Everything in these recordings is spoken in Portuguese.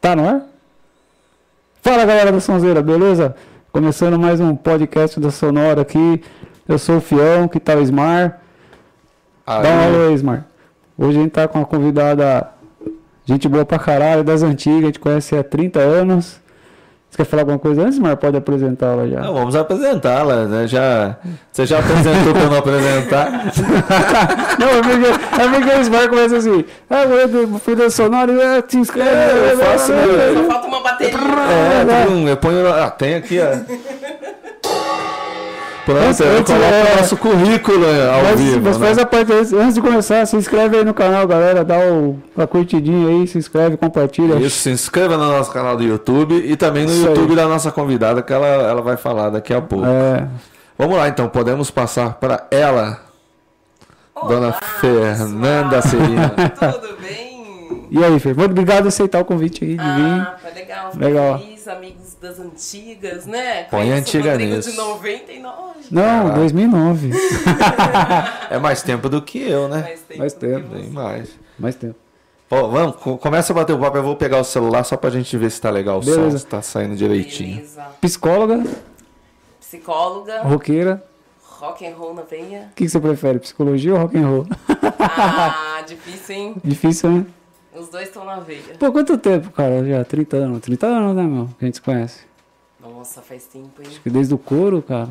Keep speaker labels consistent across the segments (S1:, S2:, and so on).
S1: Tá, não é? Fala galera da Sonzeira, beleza? Começando mais um podcast da Sonora aqui. Eu sou o Fião, que tal o Ismar? Dá um alô aí, Ismar. Hoje a gente tá com uma convidada, gente boa pra caralho, das antigas, a gente conhece há 30 anos. Você quer falar alguma coisa antes, Ismar? Pode apresentá-la já.
S2: Não, vamos apresentá-la, né? Já, você já apresentou para não apresentar?
S1: Não, é porque, é porque o Ismar começa assim. Ah, eu fui da Sonora, eu te inscreve. né?"
S2: É, eu faço,
S3: Só falta uma bateria.
S2: É, tem, eu ponho. Ah, tem aqui, ó. Pronto, eu
S1: Antes,
S2: coloco
S1: é,
S2: o nosso currículo ao
S1: Mas,
S2: vivo.
S1: mas
S2: né?
S1: faz a parte antes, antes de começar, se inscreve aí no canal, galera. Dá o, a curtidinha aí, se inscreve, compartilha.
S2: Isso, se inscreva no nosso canal do YouTube e também no
S1: Isso aí.
S2: YouTube da nossa convidada, que ela, ela vai falar daqui a pouco.
S1: É,
S2: Vamos lá, então, podemos passar para ela,
S3: Olá,
S2: Dona Fernanda
S3: pessoal.
S2: Celina.
S3: Tudo bem?
S1: E aí, Fer, muito obrigado por aceitar o convite aí de vir.
S3: Ah, foi legal. Fiquei
S1: Uhum. Legal.
S3: Feliz, amigos das antigas, né?
S2: Põe
S3: Conheço o
S2: antiga
S3: Rodrigo
S2: nisso.
S3: de 99.
S1: Não, 2009.
S2: É mais tempo do que eu, né?
S3: Mas tem
S1: Faz
S3: tudo
S1: tempo.
S3: que
S2: Tem
S3: você-
S2: mais.
S1: Mais tempo.
S2: Ó, vamos, co- começa a bater o papo. Eu vou pegar o celular só pra gente ver se tá legal o som,
S1: Beleza.
S2: se tá saindo direitinho.
S3: Beleza.
S1: Psicóloga,
S3: Psicóloga,
S1: Uhum. roqueira.
S3: rock and roll na veia.
S1: O que, que você prefere, psicologia ou rock and roll?
S3: Ah, difícil, hein?
S1: Difícil, né?
S3: Os dois estão na veia.
S1: Pô, quanto tempo, cara? Já 30 anos. 30 anos, né, meu? Que a gente se conhece.
S3: Nossa, faz tempo, hein?
S1: Acho que desde o couro, cara.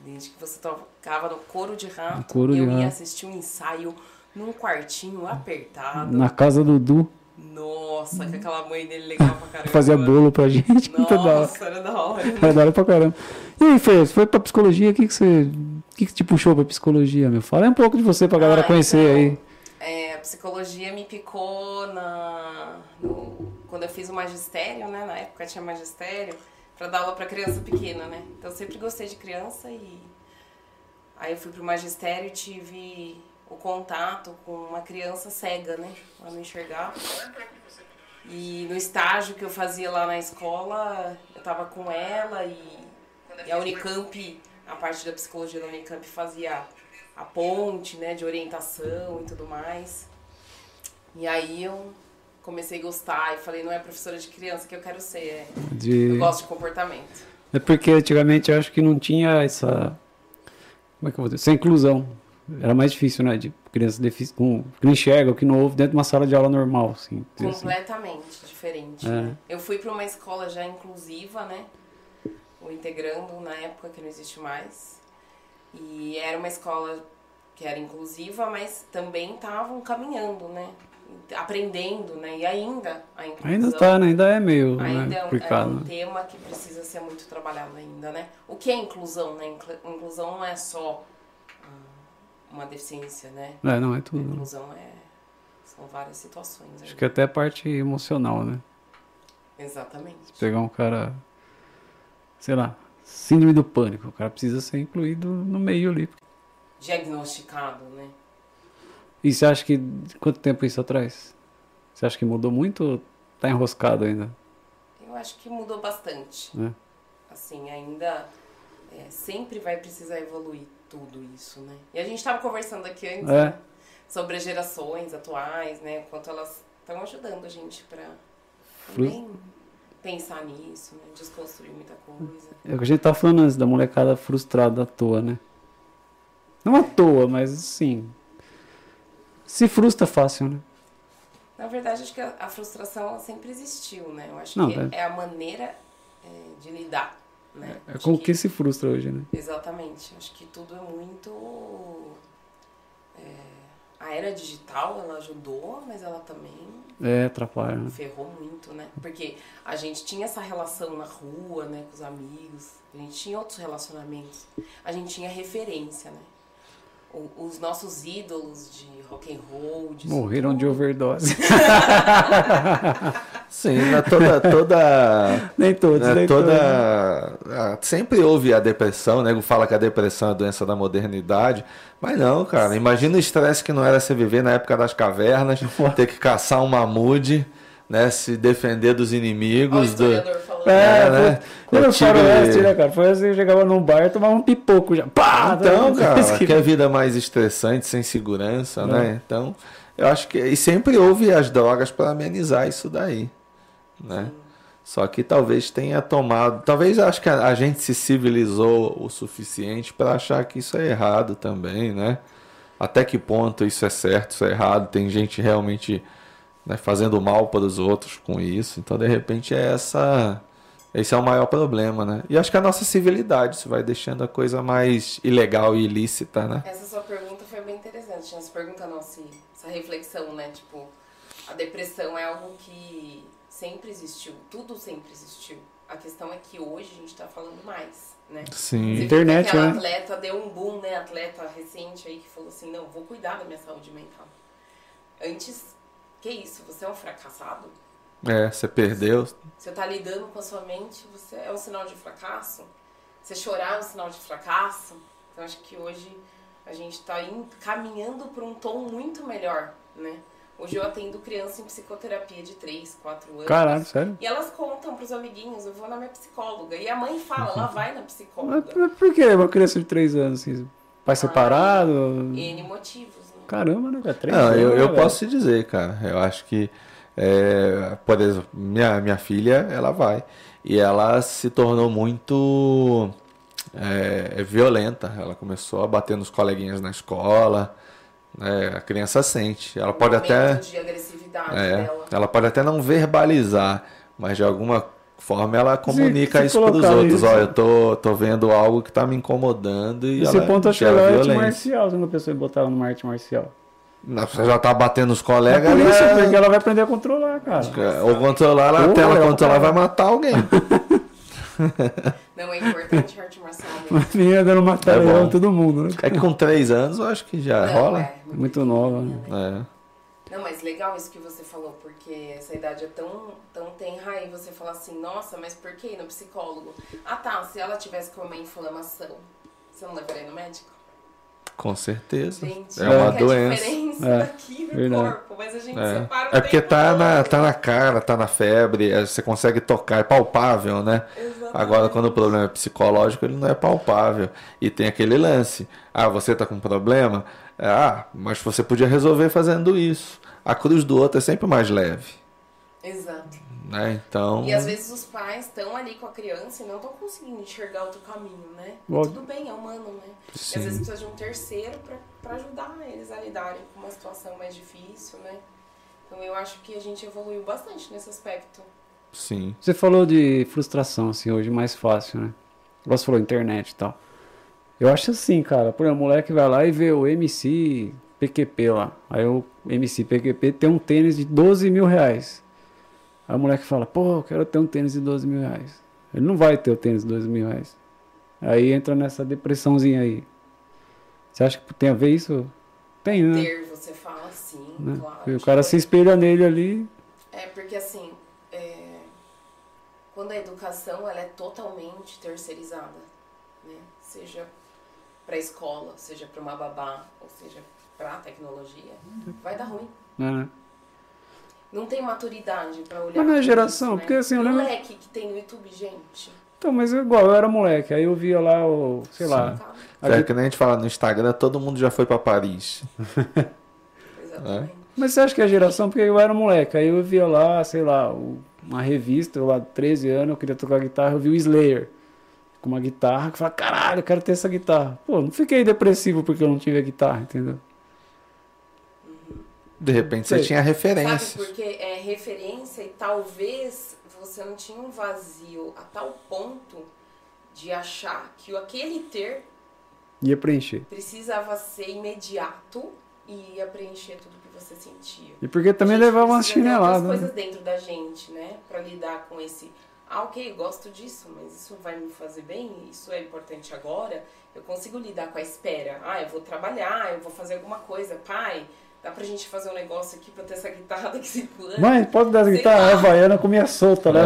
S3: Desde que você tocava no couro de rato,
S1: couro de
S3: eu
S1: rato.
S3: ia assistir um ensaio num quartinho apertado.
S1: Na casa do Du,
S3: Nossa, que aquela mãe dele legal pra caramba.
S1: fazia bolo pra gente. Muito da hora.
S3: Nossa, era da hora.
S1: Era da hora pra caramba. E aí, Fer, você foi pra psicologia, o que, que você. O que, que te puxou pra psicologia, meu? Fala aí um pouco de você pra galera
S3: Ah,
S1: conhecer aí.
S3: É, a psicologia me picou na, no- quando eu fiz o magistério, né? Na época tinha magistério, pra dar aula pra criança pequena, né? Então eu sempre gostei de criança e aí eu fui pro magistério e tive o contato com uma criança cega, né? Ela não enxergava. E no estágio que eu fazia lá na escola, eu tava com ela e, e a Unicamp, a parte da psicologia da Unicamp fazia a ponte, né, de orientação e tudo mais. E aí eu comecei a gostar e falei, não é professora de criança que eu quero ser, é, eu
S1: De...
S3: gosto de comportamento.
S1: É porque antigamente eu acho que não tinha essa. Como é que eu vou dizer? Essa inclusão. Era mais difícil, né? De criança defici... com... que não enxerga, que não ouve dentro de uma sala de aula normal, assim. dizer assim.
S3: Completamente diferente.
S1: É.
S3: né? Eu fui para uma escola já inclusiva, né? O Integrando, na época que não existe mais. E era uma escola que era inclusiva, mas também estavam caminhando, né? Aprendendo, né? E ainda a inclusão.
S1: Ainda tá, né? Ainda é meio
S3: Ainda
S1: né?
S3: é um- é
S1: complicado.
S3: um
S1: né?
S3: tema que precisa ser muito trabalhado ainda, né? O que é inclusão, né? Inclu- Inclusão não é só ah, uma deficiência, né?
S1: É, não, é tudo. né?
S3: Inclusão é são várias situações.
S1: Acho
S3: né?
S1: que é até a parte emocional, né?
S3: Exatamente.
S1: pegar um cara, sei lá, síndrome do pânico, o cara precisa ser incluído no meio ali.
S3: Diagnosticado, né?
S1: E você acha que quanto tempo isso atrás? Você acha que mudou muito ou tá enroscado ainda?
S3: Eu acho que mudou bastante.
S1: né?
S3: Assim, ainda é, sempre vai precisar evoluir tudo isso, né? E a gente estava conversando aqui antes
S1: É.
S3: né? sobre as gerações atuais, né? Quanto elas estão ajudando a gente para
S1: é
S3: também pensar nisso, né? Desconstruir muita coisa.
S1: É o que a gente tá falando antes, da molecada frustrada à toa, né? Não à toa, mas assim. Se frustra fácil, né?
S3: Na verdade, acho que a, a frustração ela sempre existiu, né? Eu acho
S1: Não,
S3: que
S1: né?
S3: é a maneira é, de lidar, né?
S1: É
S3: Acho
S1: com o que se frustra hoje, né?
S3: Exatamente. Acho que tudo é muito. é, a era digital, ela ajudou, mas ela também
S1: É, atrapalha, né?
S3: ferrou muito, né? Porque a gente tinha essa relação na rua, né? Com os amigos. A gente tinha outros relacionamentos. A gente tinha referência, né? O- os nossos ídolos de rock and roll, de
S1: Morreram de overdose.
S2: Sim, né, toda. toda...
S1: nem todos,
S2: né,
S1: nem todos.
S2: toda ah, sempre houve a depressão, né? Fala que a depressão é a doença da modernidade, mas não, cara. Imagina o estresse que não era você viver na época das cavernas, ter que caçar um mamude, né? Se defender dos
S3: Olha o
S2: inimigos, do,
S3: historiador falando.
S1: É,
S2: né?
S1: né? Era
S2: Eu
S1: o
S2: tive-
S1: faroeste, né, cara? Foi assim, eu chegava num bar e tomava um pipoco já. Pá!
S2: Então, cara,
S1: Isso Ah, que-
S2: que a vida mais estressante, sem segurança, né? Então, eu acho que. E sempre houve as drogas para amenizar isso daí. né? Só que talvez tenha tomado, talvez acho que a, a gente se civilizou o suficiente para achar que isso é errado também, né? Até que ponto isso é certo, isso é errado? Tem gente realmente né, fazendo mal para os outros com isso. Então, de repente, é essa esse é o maior problema, né? E acho que a nossa civilidade, isso vai deixando a coisa mais ilegal e ilícita, né?
S3: Essa sua pergunta foi bem interessante. Tinha se pergunta não, se, essa reflexão, né? Tipo, a depressão é algo que sempre existiu, tudo sempre existiu. A questão é que hoje a gente tá falando mais, né?
S2: Sim.
S3: Você viu que
S1: Internet,
S3: aquela
S1: né?
S3: atleta deu um boom, né? Atleta recente aí que falou assim, não, vou cuidar da minha saúde mental. Antes, que isso, você é um fracassado?
S2: É, você perdeu.
S3: Você tá lidando com a sua mente, você é um sinal de fracasso. Você chorar é um sinal de fracasso. Então acho que hoje a gente tá in- caminhando para um tom muito melhor, né? Hoje eu atendo criança em psicoterapia de 3, 4 anos.
S1: Caralho, sério?
S3: E elas contam pros amiguinhos, eu vou na minha psicóloga. E a mãe fala, ela vai na
S1: Mas
S3: psicóloga.
S1: por- Por que uma criança de 3 anos assim? Pai separado?
S3: N motivos, né?
S1: Caramba, né? cara? Três
S2: Não,
S1: anos,
S2: eu,
S1: né,
S2: eu
S1: velho?
S2: posso te dizer, cara. Eu acho que, é, por exemplo, minha, minha filha, ela vai. E ela se tornou muito é, violenta. Ela começou a bater nos coleguinhas na escola. né? a criança sente. Ela pode
S3: O Um momento
S2: até.
S3: de agressividade
S2: É,
S3: dela.
S2: ela pode até não verbalizar, mas de alguma forma ela comunica
S1: se
S2: isso para os
S1: colocar
S2: outros.
S1: isso.
S2: Ó, eu tô, tô vendo algo que tá me incomodando e
S1: Esse
S2: ela
S1: ponto acho que ela
S2: gera
S1: é arte
S2: né? violência.
S1: marcial, se uma pessoa botava numa arte marcial. É
S2: Não, Você já tá batendo os colegas, né?
S1: Por isso,
S2: ela-
S1: porque ela vai aprender a controlar, cara.
S2: ou É, controlar, ela,
S1: Porra,
S2: até ela
S1: é um
S2: controlar, vai
S1: cara.
S2: matar alguém.
S3: Não é importante a arte marcial. né?
S1: A menina dando uma
S2: É
S1: tarefa
S2: bom.
S1: em todo mundo, né?
S2: É que com três anos eu acho que já
S3: Não,
S2: rola.
S3: é
S1: Muito nova, né?
S3: pequenininha,
S2: É.
S3: Não, mas legal isso que você falou, porque essa idade é tão, tão tenra aí você fala assim, nossa, mas por que ir no psicólogo? Ah tá, se ela tivesse com uma inflamação, você não levaria no médico?
S2: Com certeza.
S3: Gente,
S2: é
S3: qual
S2: uma
S3: que
S2: doença.
S3: É a diferença
S1: É,
S3: daqui no
S1: verdade.
S3: corpo, mas a gente separa o
S2: É, é porque
S3: tempo
S2: tá
S3: todo.
S2: na, tá na cara, tá na febre, é, você consegue tocar, é palpável, né?
S3: Exatamente.
S2: Agora, quando o problema é psicológico, ele não é palpável. E tem aquele lance. Ah, você tá com problema? Ah, mas você podia resolver fazendo isso. A cruz do outro é sempre mais leve,
S3: Exato.
S2: né? Então.
S3: E às
S1: Uhum.
S3: vezes os pais estão ali com a criança e não estão conseguindo enxergar outro caminho, né?
S1: Óbvio.
S3: Tudo bem, é humano, né? E
S2: sim.
S3: às vezes precisa de um terceiro pra- pra ajudar eles a lidarem com uma situação mais difícil, né? Então eu acho que a gente evoluiu bastante nesse aspecto.
S2: Sim.
S1: Você falou de frustração, assim, hoje mais fácil, né? Você falou internet e tal. Eu acho assim, cara, por exemplo, o moleque vai lá e vê o MC PQP lá. Aí o MC PQP tem um tênis de 12 mil reais. Aí o moleque fala, pô, eu quero ter um tênis de 12 mil reais. Ele não vai ter o tênis de 12 mil reais. Aí entra nessa depressãozinha aí. Você acha que tem a ver isso? Tem, né?
S3: Ter, você fala assim,
S1: Né?
S3: claro.
S1: E o cara se espelha nele ali.
S3: É, porque assim, é, quando a educação ela é totalmente terceirizada, né? Seja para escola, seja para uma babá, ou seja para tecnologia,
S1: Hum.
S3: vai dar ruim.
S1: Né?
S3: Não tem maturidade para olhar.
S1: Mas não é
S3: tudo
S1: geração,
S3: isso,
S1: porque, assim, eu lembro-
S3: Moleque que tem no YouTube, gente.
S1: Então, mas é igual, eu era moleque, aí eu via lá o, sei lá,
S3: calma.
S1: a
S2: É
S1: Gui-
S2: que nem a gente fala no Instagram, todo mundo já foi pra Paris.
S3: Exatamente.
S1: Mas você acha que é geração? Porque eu era moleque, aí eu via lá, sei lá, o- uma revista, eu lá 13 anos, eu queria tocar guitarra, eu vi o Slayer com uma guitarra, que eu falava, caralho, eu quero ter essa guitarra. Pô, não fiquei depressivo porque eu não tive a guitarra, entendeu?
S2: De repente você
S1: Sei.
S2: tinha
S3: Sabe,
S2: referências.
S3: porque é referência e talvez você não tinha um vazio a tal ponto de achar que aquele ter
S1: Ia preencher.
S3: precisava ser imediato e ia preencher tudo que você sentia.
S1: E porque também
S3: A gente
S1: levava umas
S3: precisa ter outras
S1: chineladas. né?
S3: coisas dentro da gente, né? Pra lidar com esse. Ah, ok, gosto disso, mas isso vai me fazer bem? Isso é importante agora? Eu consigo lidar com a espera. Ah, eu vou trabalhar, eu vou fazer alguma coisa. Pai, dá pra gente fazer um negócio aqui pra eu ter essa guitarra daqui a cinco anos?
S1: Mãe, pode dar a
S3: Sei
S1: guitarra É
S3: lá.
S1: havaiana com minha solta, né?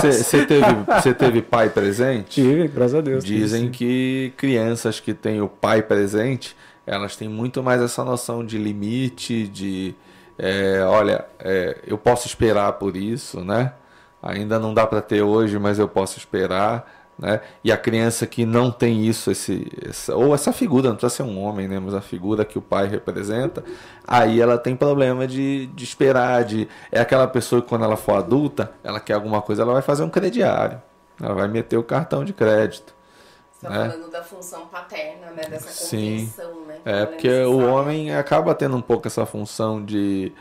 S2: Você você teve, você teve pai presente?
S1: Tive, graças a Deus. tive,
S2: Dizem
S1: sim.
S2: que crianças que têm o pai presente, elas têm muito mais essa noção de limite, de é, olha, é, eu posso esperar por isso, né? Ainda não dá para ter hoje, mas eu posso esperar. Né? E a criança que não tem isso, esse, essa, ou essa figura, não precisa ser um homem, né? mas a figura que o pai representa, aí ela tem problema de, de esperar. De, é aquela pessoa que quando ela for adulta, ela quer alguma coisa, ela vai fazer um crediário. Ela vai meter o cartão de crédito.
S3: Você está
S2: né?
S3: falando da função paterna, né? Dessa
S2: Sim.
S3: convenção, né? que
S2: É,
S3: ela
S2: porque o
S3: necessária.
S2: homem acaba tendo um pouco essa função de,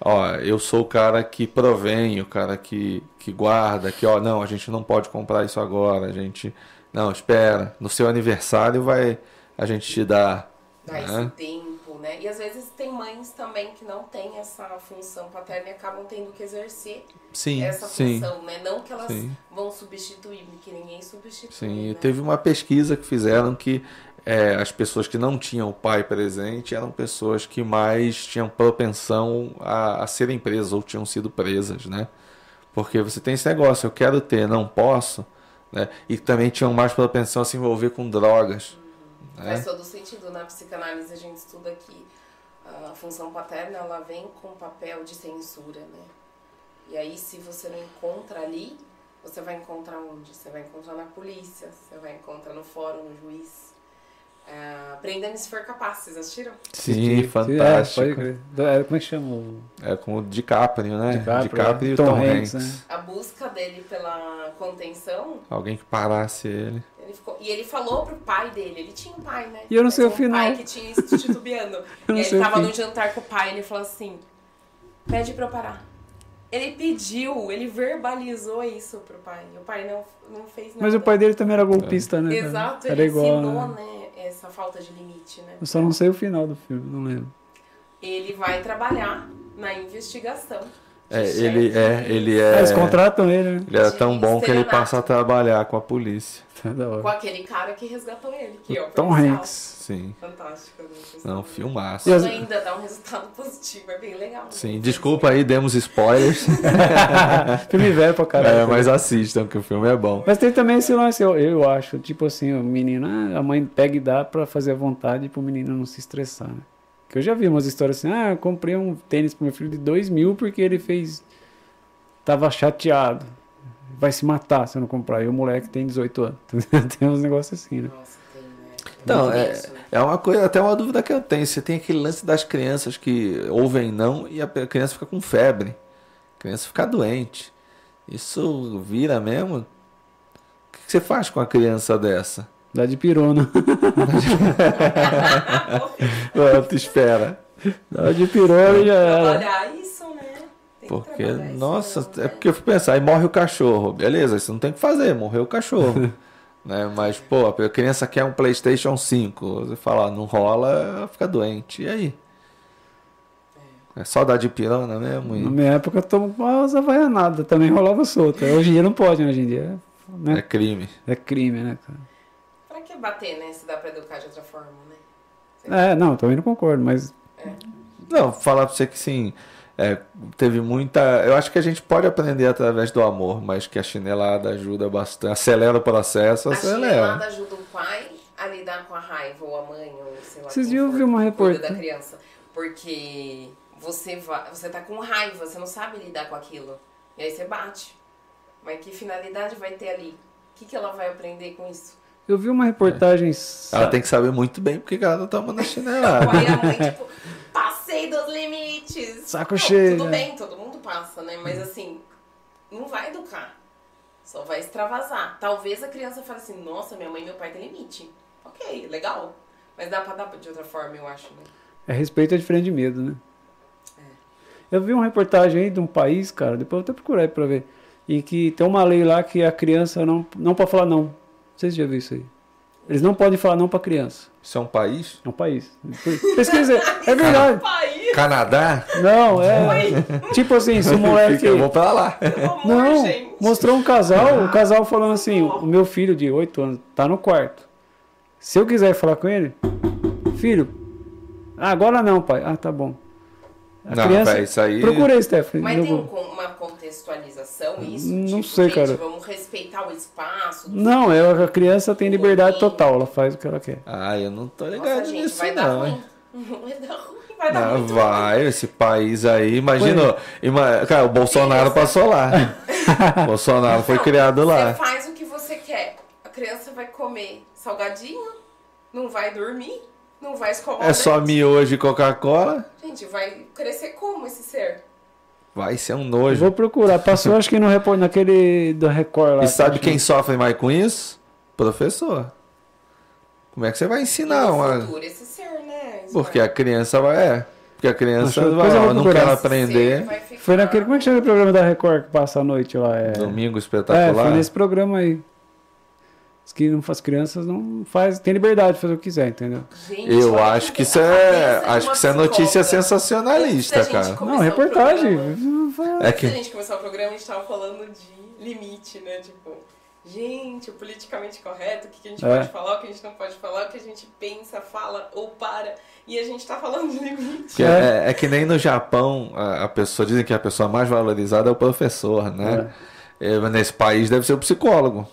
S2: ó, eu sou o cara que provém, o cara que, que guarda, que, ó, não, a gente não pode comprar isso agora, a gente, não, espera, no seu aniversário vai, a gente te dá,
S3: Dá
S2: né?
S3: esse tempo, né? E às vezes tem mães também que não têm essa função paterna e acabam tendo que exercer
S2: Sim,
S3: essa
S2: sim.
S3: função, né? Não que elas
S2: Sim.
S3: vão substituir, porque ninguém substitui.
S2: Sim, e
S3: né?
S2: teve uma pesquisa que fizeram que é, as pessoas que não tinham o pai presente eram pessoas que mais tinham propensão a, a serem presas ou tinham sido presas, né? Porque você tem esse negócio, eu quero ter, não posso, né? E também tinham mais propensão a se envolver com drogas, né?
S3: Faz todo sentido. Na psicanálise a gente estuda que a função paterna ela vem com o papel de censura, né? E aí se você não encontra ali, você vai encontrar onde? Você vai encontrar na polícia, você vai encontrar no fórum, no juiz. Ah, Prenda-me se for capaz, vocês assistiram?
S2: Sim,
S1: É,
S2: fantástico.
S1: pode crer. É, como é que chama? o-
S2: É com o DiCaprio, né?
S1: DiCaprio,
S2: e o
S1: Tom
S2: Tom
S1: Hanks,
S2: Hanks.
S1: né?
S3: A busca dele pela contenção,
S2: Alguém que parasse ele.
S3: ele ficou. E ele falou pro pai dele, ele tinha um pai, né?
S1: E eu não sei
S3: Mas
S1: o
S3: um pai
S1: final.
S3: que tinha isso titubeando.
S1: Eu não
S3: e aí
S1: sei o
S3: ele tava
S1: fim.
S3: no jantar com o pai e ele falou assim: pede pra eu parar. Ele pediu, ele verbalizou isso pro pai. E o pai não, não fez nada.
S1: Mas o pai dele também era golpista, né? cara?
S3: é. Exato,
S1: Era
S3: ele
S1: igual.
S3: ensinou,
S1: né?
S3: né? Essa falta de limite, né?
S1: Eu só não sei o final do filme, não lembro.
S3: Ele vai trabalhar na investigação. de
S2: É,
S3: chefe.
S2: ele é, ele
S1: Ah,
S2: é.
S1: Eles contratam ele, né?
S2: Ele era tão bom que ele passa a trabalhar com a polícia.
S1: Tá da
S3: Com
S1: hora.
S3: aquele cara que resgatou ele, que é o
S1: Tom
S3: policial.
S1: Hanks.
S2: Sim.
S3: Fantástico. Né?
S2: Não,
S3: filme.
S2: filmaço.
S1: E as-
S3: Isso ainda dá um resultado positivo, é bem legal. né?
S2: Sim, desculpa aí, demos spoilers.
S1: filme velho pra caralho.
S2: É, mas assistam, que o filme é bom.
S1: Mas tem também esse lance, eu, eu acho, tipo assim, o menino, ah, a mãe pega e dá pra fazer à vontade pro menino não se estressar, né? Que eu já vi umas histórias assim, ah, eu comprei um tênis pro meu filho de dois mil porque ele fez. Tava chateado. Vai se matar se eu não comprar. E o moleque tem 18 anos. tem uns negócios assim, né?
S3: Nossa, tem, né?
S2: Então,
S3: Muito
S2: é,
S3: isso, né?
S2: é uma coisa, até uma dúvida que eu tenho. Você tem aquele lance das crianças que ouvem não e a pe- criança fica com febre. A criança fica doente. Isso vira mesmo? O que que você faz com a criança dessa?
S1: Dá de pirona.
S2: Ela te espera.
S1: Dá de pirona e já era.
S3: Trabalhar isso, né? Tem que
S2: é. Porque,
S3: trabalhar isso,
S2: nossa,
S3: né?
S2: é porque eu fui pensar, aí morre o cachorro. Beleza, isso não tem o que fazer, morreu o cachorro. né? Mas, pô, a criança quer um Playstation 5. Você fala, não rola, ela fica doente. E aí? É só dar de pirona mesmo?
S1: Na
S2: E
S1: minha época eu tomava umas havaianadas, também rolava solta. Hoje em dia não pode, né? Hoje em dia
S2: é
S1: né?
S2: crime.
S1: é crime, né, cara?
S3: Pra que bater, né? Se dá pra educar de outra forma, né?
S1: É, não, também não concordo, mas
S2: Não, falar pra você que sim, é, teve muita. Eu acho que a gente pode aprender através do amor, mas que a chinelada ajuda bastante. Acelera o processo,
S3: A
S2: acelera.
S3: chinelada ajuda o pai a lidar com a raiva, ou a mãe, ou sei lá.
S1: Vocês
S3: quem
S1: viram,
S3: for
S1: vi uma
S3: que cuida
S1: reporta-
S3: da criança. Porque você, vai, você tá com raiva, você não sabe lidar com aquilo. E aí você bate. Mas que finalidade vai ter ali? O que, que ela vai aprender com isso?
S1: eu vi uma reportagem.
S2: Ela tem que saber muito bem porque que ela tá tomando a chinelada.
S3: Aí a mãe, tipo, passei dos limites.
S1: Saco cheio,
S3: Tudo
S1: né? Hum.
S3: bem, todo mundo passa, né? Mas assim, não vai educar. Só vai extravasar. Talvez a criança fale assim, nossa, minha mãe e meu pai tem limite. Ok, legal. Mas dá pra dar de outra forma, eu acho, né?
S1: É respeito é diferente de medo, né? Eu vi uma reportagem aí de um país, cara, depois eu vou até procurar aí pra ver. E que tem uma lei lá que a criança não, não pode falar não. Vocês já viram isso aí? Eles não podem falar não pra criança.
S2: Isso é um país?
S1: É um país. Pesquisa. É verdade.
S3: Pai,
S2: Canadá?
S1: Não, é. Tipo assim, se o moleque.
S2: Eu vou pra lá.
S3: pelo amor,
S1: Não,
S3: gente.
S1: mostrou um casal, o casal falando assim, o meu filho de 8 anos tá no quarto. Se eu quiser falar com ele, filho, ah, agora não, pai. Ah, tá bom. A
S2: Não,
S1: criança-
S2: véi, isso aí-
S1: Procurei, Stephanie.
S3: Mas
S1: não
S3: tem
S1: vou-
S3: com- uma contextualização isso?
S1: Não
S3: Tipo,
S1: sei,
S3: gente,
S1: cara.
S3: Vamos respeitar o espaço. do
S1: Não, é, a criança tem liberdade total, ela faz o que ela quer.
S2: Ah, eu não
S1: é
S2: tô ligado
S3: Nossa, gente,
S2: nisso,
S3: vai dar
S2: não.
S3: ruim.
S2: hein?
S3: Vai dar ruim, vai dar
S2: Ah,
S3: muito ruim.
S2: vai, esse país aí, imagina, ima- cara, o Bolsonaro passou lá. Bolsonaro foi
S3: Não,
S2: criado lá.
S3: Você faz o que você quer. salgadinho, não vai dormir, não vai escovar
S2: É
S3: o
S2: só
S3: dente.
S2: miojo e Coca-Cola?
S3: Gente, vai crescer como esse ser?
S2: Vai ser um
S1: Eu
S2: nojo.
S1: vou procurar. Passou, acho que no Record, naquele da Record lá.
S2: E
S1: que
S2: sabe
S1: eu
S2: quem
S1: acho
S2: sofre mais com isso? Professor. Como é que você vai ensinar
S3: No
S2: uma...
S3: futuro, esse ser, né? Isso
S2: Porque
S3: vai-
S2: a criança vai. É. Porque a criança
S1: Mas
S2: vai,
S1: depois eu vou
S2: ó, não
S1: procurar.
S2: quer
S3: esse ser
S2: aprender.
S3: vai
S1: que
S3: ficar-
S1: Foi naquele. Como é que chama o programa da Record que passa a noite lá? É,
S2: Domingo
S1: é
S2: espetacular.
S1: foi nesse programa aí. Diz que não faz crianças, não faz. Tem liberdade de fazer o que quiser, entendeu?
S3: Gente,
S2: Eu
S3: olha
S2: acho que
S3: a
S2: isso é.
S3: cabeça de
S2: Acho
S3: uma
S2: que isso é notícia
S3: psicóloga.
S2: sensacionalista,
S3: Antes da gente assim,
S2: cara.
S1: não,
S3: começar o
S1: reportagem.
S3: programa,
S2: É
S3: Antes da
S2: que.
S3: gente começar o programa, a gente tava falando de limite, né? Tipo, gente, o politicamente correto, o que, que a gente
S1: É.
S3: pode falar, o que a gente não pode falar, o que a gente pensa, fala ou para. E a gente tá falando de limite.
S2: que é, é que nem no Japão, a, a pessoa. Dizem que a pessoa mais valorizada é o professor, né? É, mas nesse país deve ser o psicólogo.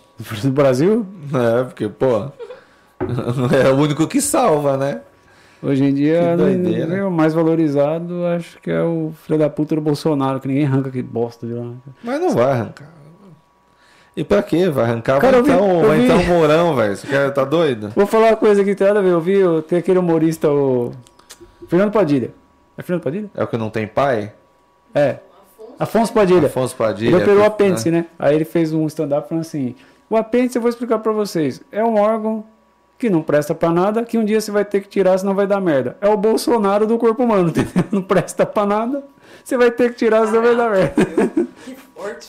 S1: No Brasil,
S2: Né? Porque, pô. é o único que salva, né?
S1: hoje em
S2: Que
S1: dia,
S2: doideira.
S1: né, o mais valorizado acho que é o filho da puta do Bolsonaro, que ninguém arranca que bosta de lá.
S2: Mas não vai arrancar. E pra quê? Vai arrancar?
S1: Cara, eu
S2: vai
S1: vi-
S2: então,
S1: eu
S2: vai
S1: vi-
S2: então o Mourão, velho. Você quer- tá doido?
S1: Vou falar uma coisa que tem nada a ver. Eu vi, eu- tem aquele humorista, o. Fernando Padilha. É Fernando Padilha?
S2: É o que não tem pai?
S1: É. Afonso Padilha.
S2: Afonso Padilha.
S1: Ele operou o
S2: né?
S1: apêndice, né? Aí ele fez um stand-up falando assim: o apêndice eu vou explicar pra vocês. É um órgão que não presta pra nada, que um dia você vai ter que tirar, senão vai dar merda. É o Bolsonaro do corpo humano, entendeu? Não presta pra nada, você vai ter que tirar, senão vai dar merda.
S3: Que forte.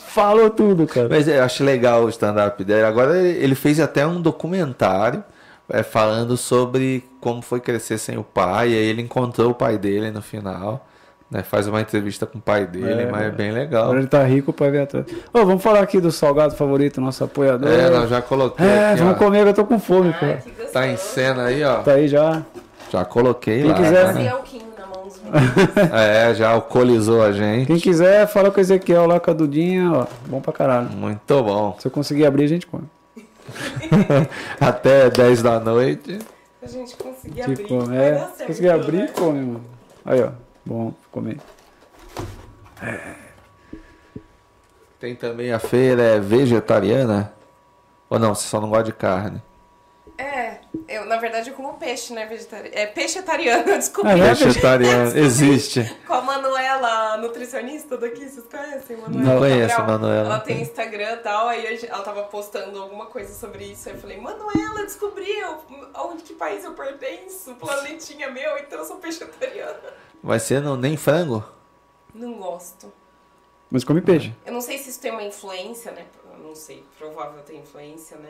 S1: Falou tudo, cara.
S2: Mas eu acho Ah, legal o stand-up dele. Agora ele ele fez até um documentário é, falando sobre como foi crescer sem o pai. E aí ele encontrou o pai dele no final. né? Faz uma entrevista com o pai dele,
S1: É,
S2: mas é bem legal.
S1: Agora ele tá rico pra ver atrás. Ô, vamos falar aqui do salgado favorito, nosso apoiador.
S2: É, nós já coloquei
S1: É,
S2: aqui,
S1: vamos
S2: ó.
S1: comer, eu tô com fome,
S3: Ai,
S1: cara.
S3: que gostoso.
S2: Tá em cena aí, ó.
S1: Tá aí já.
S2: Já coloquei
S1: Quem
S2: lá.
S1: quiser-
S2: né?
S3: Fazia alquinho é na mão dos meninos.
S2: É, já alcoolizou a gente.
S1: Quem quiser, fala com o Ezequiel lá, com a Dudinha, ó. Bom pra caralho.
S2: Hum. Muito bom.
S1: Se eu conseguir abrir, a gente come.
S2: Até 10 da noite.
S3: A gente conseguia abrir.
S1: Tipo,
S3: vai
S1: é.
S3: dar
S1: Se
S3: certo,
S1: conseguir abrir,
S3: né?
S1: come, mano. Aí, ó. Bom, comer.
S2: Tem também a feira é vegetariana. Ou não, você só não gosta de carne.
S3: É, eu, na verdade eu como peixe, né? Vegetari... É peixetariano, eu descobri.
S1: Ah, é?
S2: Vegetariana, existe.
S3: Com a Manuela, a nutricionista daqui, vocês conhecem? Manuela
S2: Não conheço a
S3: Cabral?
S2: Manuela.
S3: Ela tem Instagram e tal, aí hoje ela tava postando alguma coisa sobre isso. Aí eu falei, Manuela, descobri eu- aonde que país eu pertenço, o planetinha meu, então eu sou vegetariana.
S2: Mas você não, nem frango?
S3: Não gosto.
S1: Mas come peixe.
S3: Eu não sei se isso tem uma influência, né? Eu não sei, provável tem influência, né?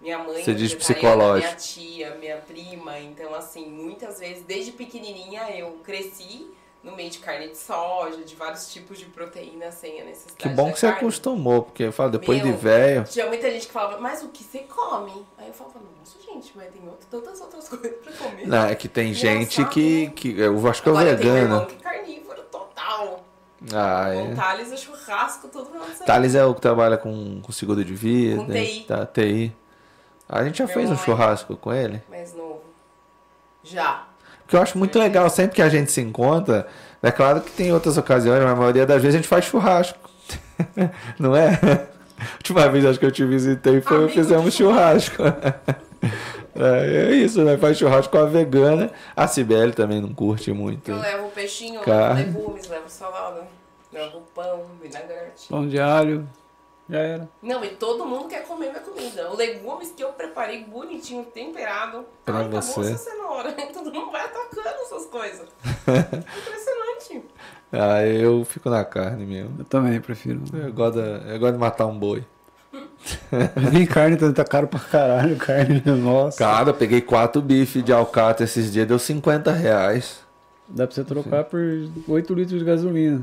S3: Minha mãe,
S2: Você
S3: é
S2: diz
S3: vegetariana,
S2: psicológico.
S3: minha tia, minha prima, então assim, muitas vezes, desde pequenininha eu cresci no meio de carne de soja, de vários tipos de proteína sem a necessidade
S2: Que bom
S3: da
S2: que você
S3: carne.
S2: acostumou, porque eu falo, depois
S3: Meu.
S2: de velho.
S3: Tinha muita gente que falava, mas o que você come? Aí eu falava, nossa gente, mas tem outro- tantas outras coisas pra comer.
S2: Não, é que tem gente
S3: Engraçado,
S2: que,
S3: né?
S2: que. Eu acho que é
S3: Agora tem meu
S2: vegana.
S3: irmão que é carnívoro total.
S2: Ah,
S3: O
S2: é.
S3: Thales é churrasco todo final de semana.
S2: Thales é o que trabalha com, com seguro de vida.
S3: Com TI.
S2: Tá, TI. A gente já
S3: Meu
S2: fez um
S3: irmão é-
S2: churrasco com ele.
S3: Mais novo. Já.
S2: Porque eu acho muito legal, sempre que a gente se encontra, é claro que tem outras ocasiões, mas a maioria das vezes a gente faz churrasco. Não é? A última vez acho que eu te visitei foi
S3: Amigo
S2: fizemos
S3: de
S2: churrasco. É, é isso, né? Faz churrasco com a vegana. A Cibele também não curte muito.
S3: Eu levo o peixinho,
S2: Carne.
S3: levo legumes, levo salada, levo pão, vinagrete.
S1: Pão de alho. Já era.
S3: Não, e todo mundo quer comer minha comida. O legumes que eu preparei bonitinho, temperado.
S2: Pra
S3: Ai, acabou
S2: você.
S3: essa cenoura. Todo mundo vai atacando essas coisas. Impressionante.
S2: Ah, eu fico na carne mesmo.
S1: Eu também prefiro.
S2: Eu gosto, de- eu gosto de matar um boi.
S1: Nem carne tá, tá caro pra caralho. Carne, né? nossa.
S2: Cara, eu peguei quatro bifes de alcatra esses dias, deu 50 reais.
S1: Dá pra você trocar por 8 litros de gasolina.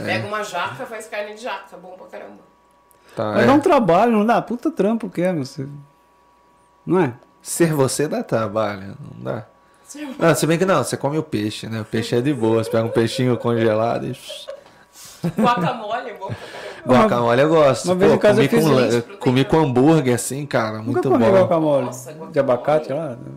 S2: É.
S3: Pega uma jaca, faz carne de jaca. Bom pra caramba.
S2: Tá,
S1: Mas
S2: é.
S1: dá um trabalho, não dá? Puta trampo que é, meu. Você... Não é?
S2: Ser você dá trabalho, não dá? Não, se bem que não, você come o peixe, né? O peixe é de boa. Você pega um peixinho congelado e.
S3: Guacamole é bom pra caramba.
S2: Guacamole eu gosto.
S1: Uma vez em casa
S2: comi,
S1: eu fiz
S2: com,
S1: um
S2: la-
S3: leite pro
S2: comi
S3: leite.
S2: com hambúrguer assim, cara.
S1: Nunca
S2: Muito
S1: comi
S2: bom.
S1: guacamole.
S3: Nossa,
S1: De abacate lá?
S3: guacamole.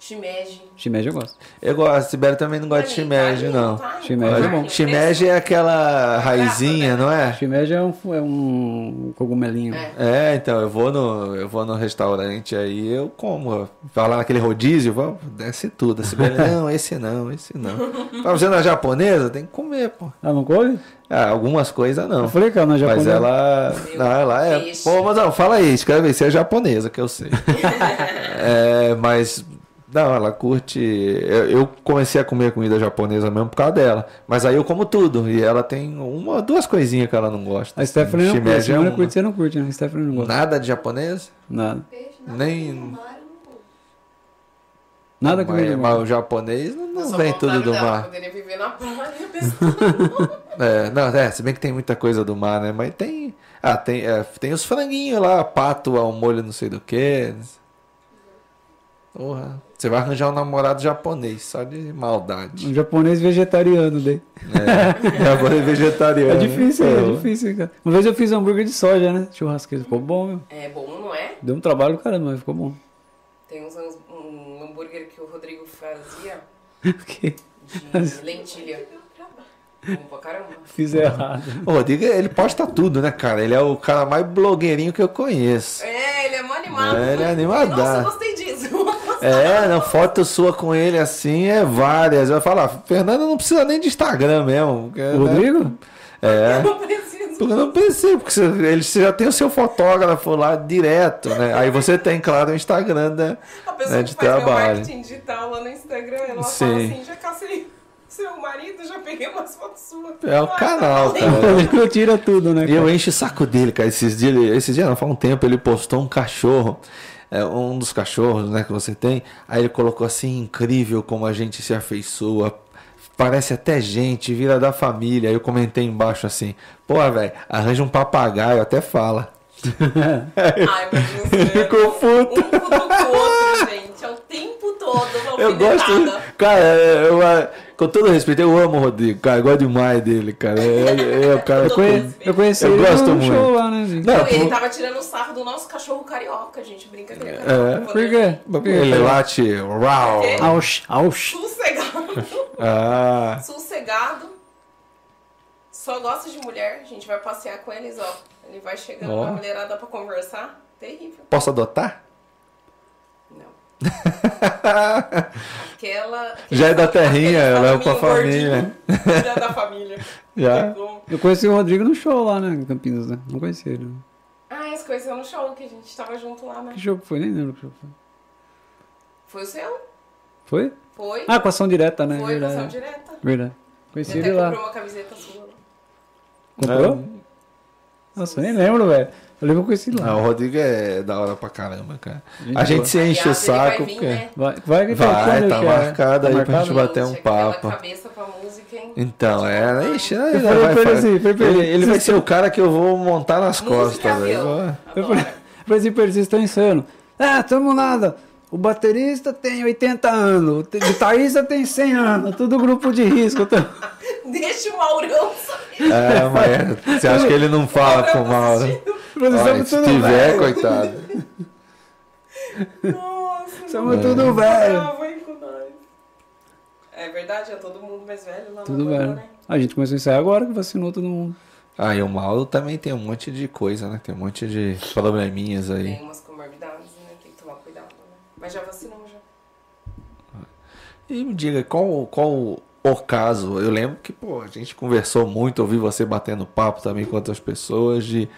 S3: Shimeji. Tá
S1: Shimeji eu gosto.
S2: Eu gosto, Sibéria também não gosta de shimeji, não.
S1: Shimeji é bom.
S2: Shimeji é aquela raizinha, não é?
S1: Shimeji é um, é um cogumelinho.
S3: É.
S2: É, então, eu vou no, eu vou no restaurante aí, eu como. Vai lá naquele rodízio, vamos, desce tudo. A Sibéria, não, esse não, esse não. Tá usando a japonesa? Tem que comer, pô.
S1: Ah, não come?
S2: Ah, algumas coisas não.
S1: Eu falei que ela não é
S2: Mas
S1: japonesa.
S2: ela. Não, ela é.
S3: Peixe.
S2: Pô, mas não, fala aí, escreve aí, você é japonesa, que eu sei. É, mas. Não, ela curte. Eu, eu comecei a comer comida japonesa mesmo por causa dela. Mas aí eu como tudo. E ela tem uma, duas coisinhas que ela não gosta.
S1: A Stephanie não
S2: Shimeji
S1: curte. A
S2: é
S1: Simone
S2: uma.
S1: curte, você não curte, né? A Stephanie não gosta.
S2: Nada de japonês?
S1: Nada.
S4: Peixe,
S2: Nem-
S4: tem um mar, eu não vou.
S1: Nada que
S2: mas, é
S1: me
S2: mas o japonês não, não vem tudo do
S3: dela,
S2: mar.
S3: Poderia viver na praia.
S2: É, não, é, se bem que tem muita coisa do mar, né? Mas tem. Ah, tem, é, tem os franguinhos lá, pato ao molho não sei do que. Porra. Você vai arranjar um namorado japonês, só de maldade. né?
S1: Um japonês vegetariano daí.
S2: Japonês vegetariano.
S1: É
S2: né?
S1: difícil, é
S2: Pô.
S1: difícil, cara. Uma vez eu fiz hambúrguer de soja, né? Churrasqueiro. Ficou bom, meu.
S3: É bom, não é?
S1: Deu um trabalho do caramba, mas ficou bom.
S3: Tem uns, uns- um hambúrguer que o Rodrigo fazia
S1: Porque
S3: de lentilha. Bom pra caramba.
S1: fiz errado.
S2: O Rodrigo, ele posta tudo, né, cara? Ele é o cara mais blogueirinho que eu conheço.
S3: É, ele é mó animado.
S2: É, ele é animadaço.
S3: Nossa, eu gostei disso.
S2: É, na foto sua com ele assim é várias. Eu ia falar, Fernando não precisa nem de Instagram mesmo. porque, né?
S1: O Rodrigo?
S2: É.
S3: Não preciso.
S2: Porque eu não pensei, porque você, ele, você já tem o seu fotógrafo lá direto, né? Aí você tem, claro, o Instagram, né?
S3: A pessoa
S2: né,
S3: que
S2: de
S3: faz meu
S2: trabalho.
S3: marketing digital lá no Instagram, ela fala
S2: Sim.
S3: assim, já cacei seu marido, já peguei umas fotos suas.
S2: É o
S3: Ah,
S2: canal,
S3: tá.
S2: cara.
S1: O Rodrigo tira tudo, né?
S2: E
S1: cara?
S2: eu encho o saco dele, cara. Esses dias, ele- esses dias, não, faz um tempo, ele postou um cachorro. é, um dos cachorros, né, que você tem. Aí ele colocou assim, incrível como a gente se afeiçoa. Parece até gente, vira da família. Aí eu comentei embaixo assim, pô, velho, arranja um papagaio, até fala.
S3: Ai, meu Deus.
S2: Ficou puto.
S3: Um cutucou outro, gente. É o tempo todo. Uma
S2: Eu gosto.
S3: alfinetada.
S2: Cara, é, eu, é, com todo respeito, eu amo o Rodrigo, cara. Eu gosto demais dele, cara. É, é, é o cara.
S1: Eu, conhe- eu conheci
S2: Eu
S1: ele
S2: gosto
S1: no
S2: muito.
S1: show lá, né, gente?
S2: Não,
S3: Não, ele
S2: É, pô-
S3: tava tirando sarro do nosso cachorro carioca, gente. Brinca que ele é
S2: É.
S3: carioca.
S1: Por quê? Por quê?
S2: Ele late. Rau.
S3: é
S1: Aush, aush.
S3: Sossegado.
S2: Ah,
S3: Sossegado. Só gosta de mulher. A gente vai passear com eles, ó. Ele vai chegando
S2: Ó.
S3: com a mulherada pra conversar. Terrível.
S2: posso adotar?
S3: Não. Aquela.
S2: Já é da terrinha,
S3: aquele
S2: ela é pra
S3: gordinho,
S2: família.
S3: Já é da família.
S2: Já?
S3: Pegou.
S1: Eu conheci o Rodrigo no show lá, né? Em Campinas, né? Não conheci ele.
S3: Ah, esse conheceu no show que a gente tava junto lá, né?
S1: Que show que foi? Nem lembro que show foi.
S3: Foi o seu?
S1: Foi?
S3: Foi.
S1: Ah, com ação direta, né?
S3: foi,
S1: Verdade.
S3: passou direta.
S1: Verdade.
S3: Eu
S1: Conheci
S3: até
S1: ele lá.
S3: comprei uma camiseta sua.
S1: Comprou? Nossa, eu nem lembro, velho. Eu lembro que eu conheci lá.
S2: É. Não, o Rodrigo é da hora pra caramba, cara.
S1: Gente
S2: A
S1: boa.
S2: gente se enche o
S3: Aliás, ele vai
S2: saco.
S3: vir,
S2: porque-
S3: né?
S1: Vai, vai que
S2: Vai,
S1: quando
S2: tá
S1: eu quero.
S2: marcado aí pra gente bater um
S3: Gente, aquela
S2: papo.
S3: cabeça pra música, hein?
S2: Então, é. Ixi,
S1: falei
S2: ele, vai
S1: pra ele
S2: fazer-
S1: assim, falei pra ele,
S2: ele, ele vai
S1: vocês
S2: ser o cara que eu vou montar nas
S3: Música,
S2: costas,
S3: viu?
S2: velho.
S1: Eu
S3: Adoro.
S1: falei, eu falei assim pra eles, vocês estão insano. Ah, tamo nada. O baterista tem 80 anos, o te- guitarrista tem 100 anos, tudo grupo de risco. Tamo...
S3: Deixa o Maurão sair.
S2: É, mas você acha que ele não fala com o Mauro?
S1: Nós
S2: Olha,
S1: somos
S2: se
S1: tudo
S2: tiver,
S1: velho.
S2: coitado.
S3: Nossa,
S1: Somos tudo velho.
S3: bravo, hein, com nós. É verdade, é todo mundo mais velho lá
S1: Tudo
S3: no Maurão,
S1: velho.
S3: né?
S1: A gente começou a ensaiar agora que vacinou todo mundo.
S2: Ah, e o Mauro também tem um monte de coisa, né? Tem um monte de probleminhas aí.
S3: Tem umas comorbidades, né? Tem que tomar cuidado, né? Mas já vacinou, já.
S2: E me diga, qual, qual o caso? Eu lembro que, pô, a gente conversou muito, ouvi você batendo papo também com outras pessoas de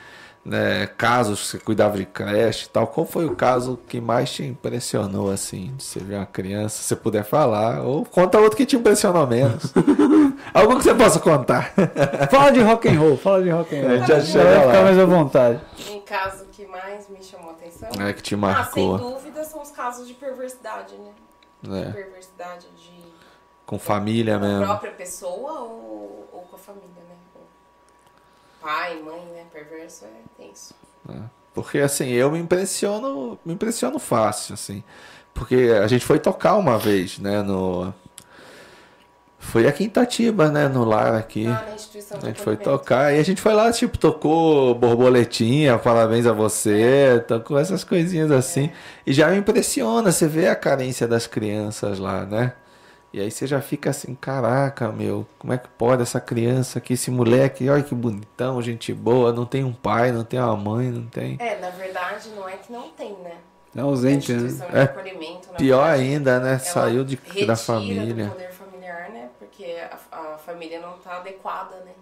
S2: né, casos que você cuidava de creche e tal. Qual foi o caso que mais te impressionou, assim? De você ver uma criança, se você puder falar, ou conta outro que te impressionou menos. Algo que você possa contar.
S1: Fala de rock and roll, fala de rock and roll.
S2: A gente já
S1: Vai
S2: chega
S1: ficar
S2: lá.
S1: mais à vontade.
S3: Um caso que mais me chamou a atenção.
S2: É que te
S3: Ah, sem
S2: marcou,
S3: dúvida são os casos de perversidade, né? De
S2: né?
S3: perversidade de
S2: Com família
S3: a
S2: É mesmo.
S3: própria pessoa ou, ou com a família, né? O pai, mãe, né? Perverso é tenso.
S2: Porque assim, eu me impressiono, me impressiono fácil, assim. Porque a gente foi tocar uma vez, né, no Foi aqui em Itatiba, né? No lar aqui.
S3: Ah, na instituição de
S2: A gente foi
S3: acolhimento.
S2: tocar. E a gente foi lá, tipo, tocou borboletinha, parabéns a você, tocou essas coisinhas assim. E já me impressiona, você vê a carência das crianças lá, né? E aí você já fica assim, caraca, meu, como é que pode essa criança aqui, esse moleque, olha que bonitão, gente boa, não tem um pai, não tem uma mãe, não tem.
S3: É, na verdade, não é que não tem, né?
S1: É
S2: Tá
S3: A
S1: ausente, né?
S3: instituição de
S2: É.
S3: um acolhimento, na
S2: Pior
S3: verdade,
S2: ainda, né?
S3: ela
S2: Saiu de,
S3: retira
S2: da
S3: do
S2: família.
S3: poder familiar, né? Porque a, a família não está adequada, né?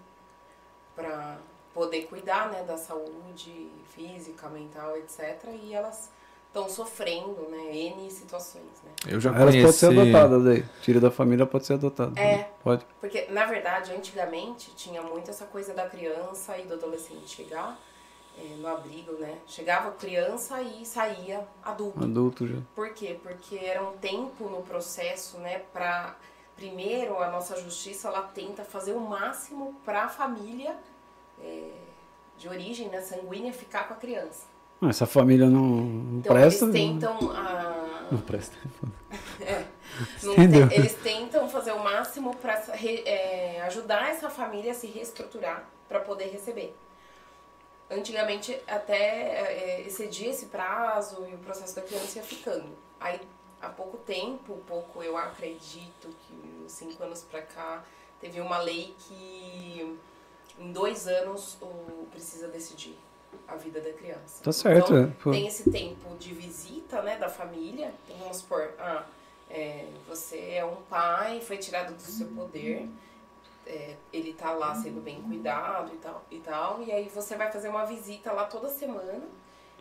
S3: Para poder cuidar, né? Da saúde física, mental, etc. E elas estão sofrendo, né? N situações, né?
S2: Eu já
S1: Elas
S2: conheci.
S1: podem ser adotadas aí. Tira da família, pode ser adotada.
S3: É.
S1: Pode.
S3: Porque, na verdade, antigamente tinha muito essa coisa da criança e do adolescente chegar eh, no abrigo, né? Chegava criança e saía adulto.
S1: um Adulto já.
S3: Por quê? Porque era um tempo no processo, né, para primeiro a nossa justiça ela tenta fazer o máximo para a família eh, de origem, né, sanguínea ficar com a criança.
S1: Ah, essa família não
S3: Então
S1: presta.
S3: eles
S1: né?
S3: tentam a
S1: Não presta.
S3: Não
S1: Entendeu?
S3: tem- eles tentam fazer o máximo para é, ajudar essa família a se reestruturar para poder receber. Antigamente, até é, excedia esse prazo e o processo da criança ia ficando. Aí, há pouco tempo, pouco eu acredito que uns cinco anos para cá, teve uma lei que em dois anos o, precisa decidir a vida da criança.
S1: Tá certo.
S3: Então,
S1: é. Pô,
S3: tem esse tempo de visita, né, da família. Então, vamos supor, ah, é, você é um pai, foi tirado do seu poder, é, ele tá lá sendo bem cuidado e tal, e tal, e aí você vai fazer uma visita lá toda semana,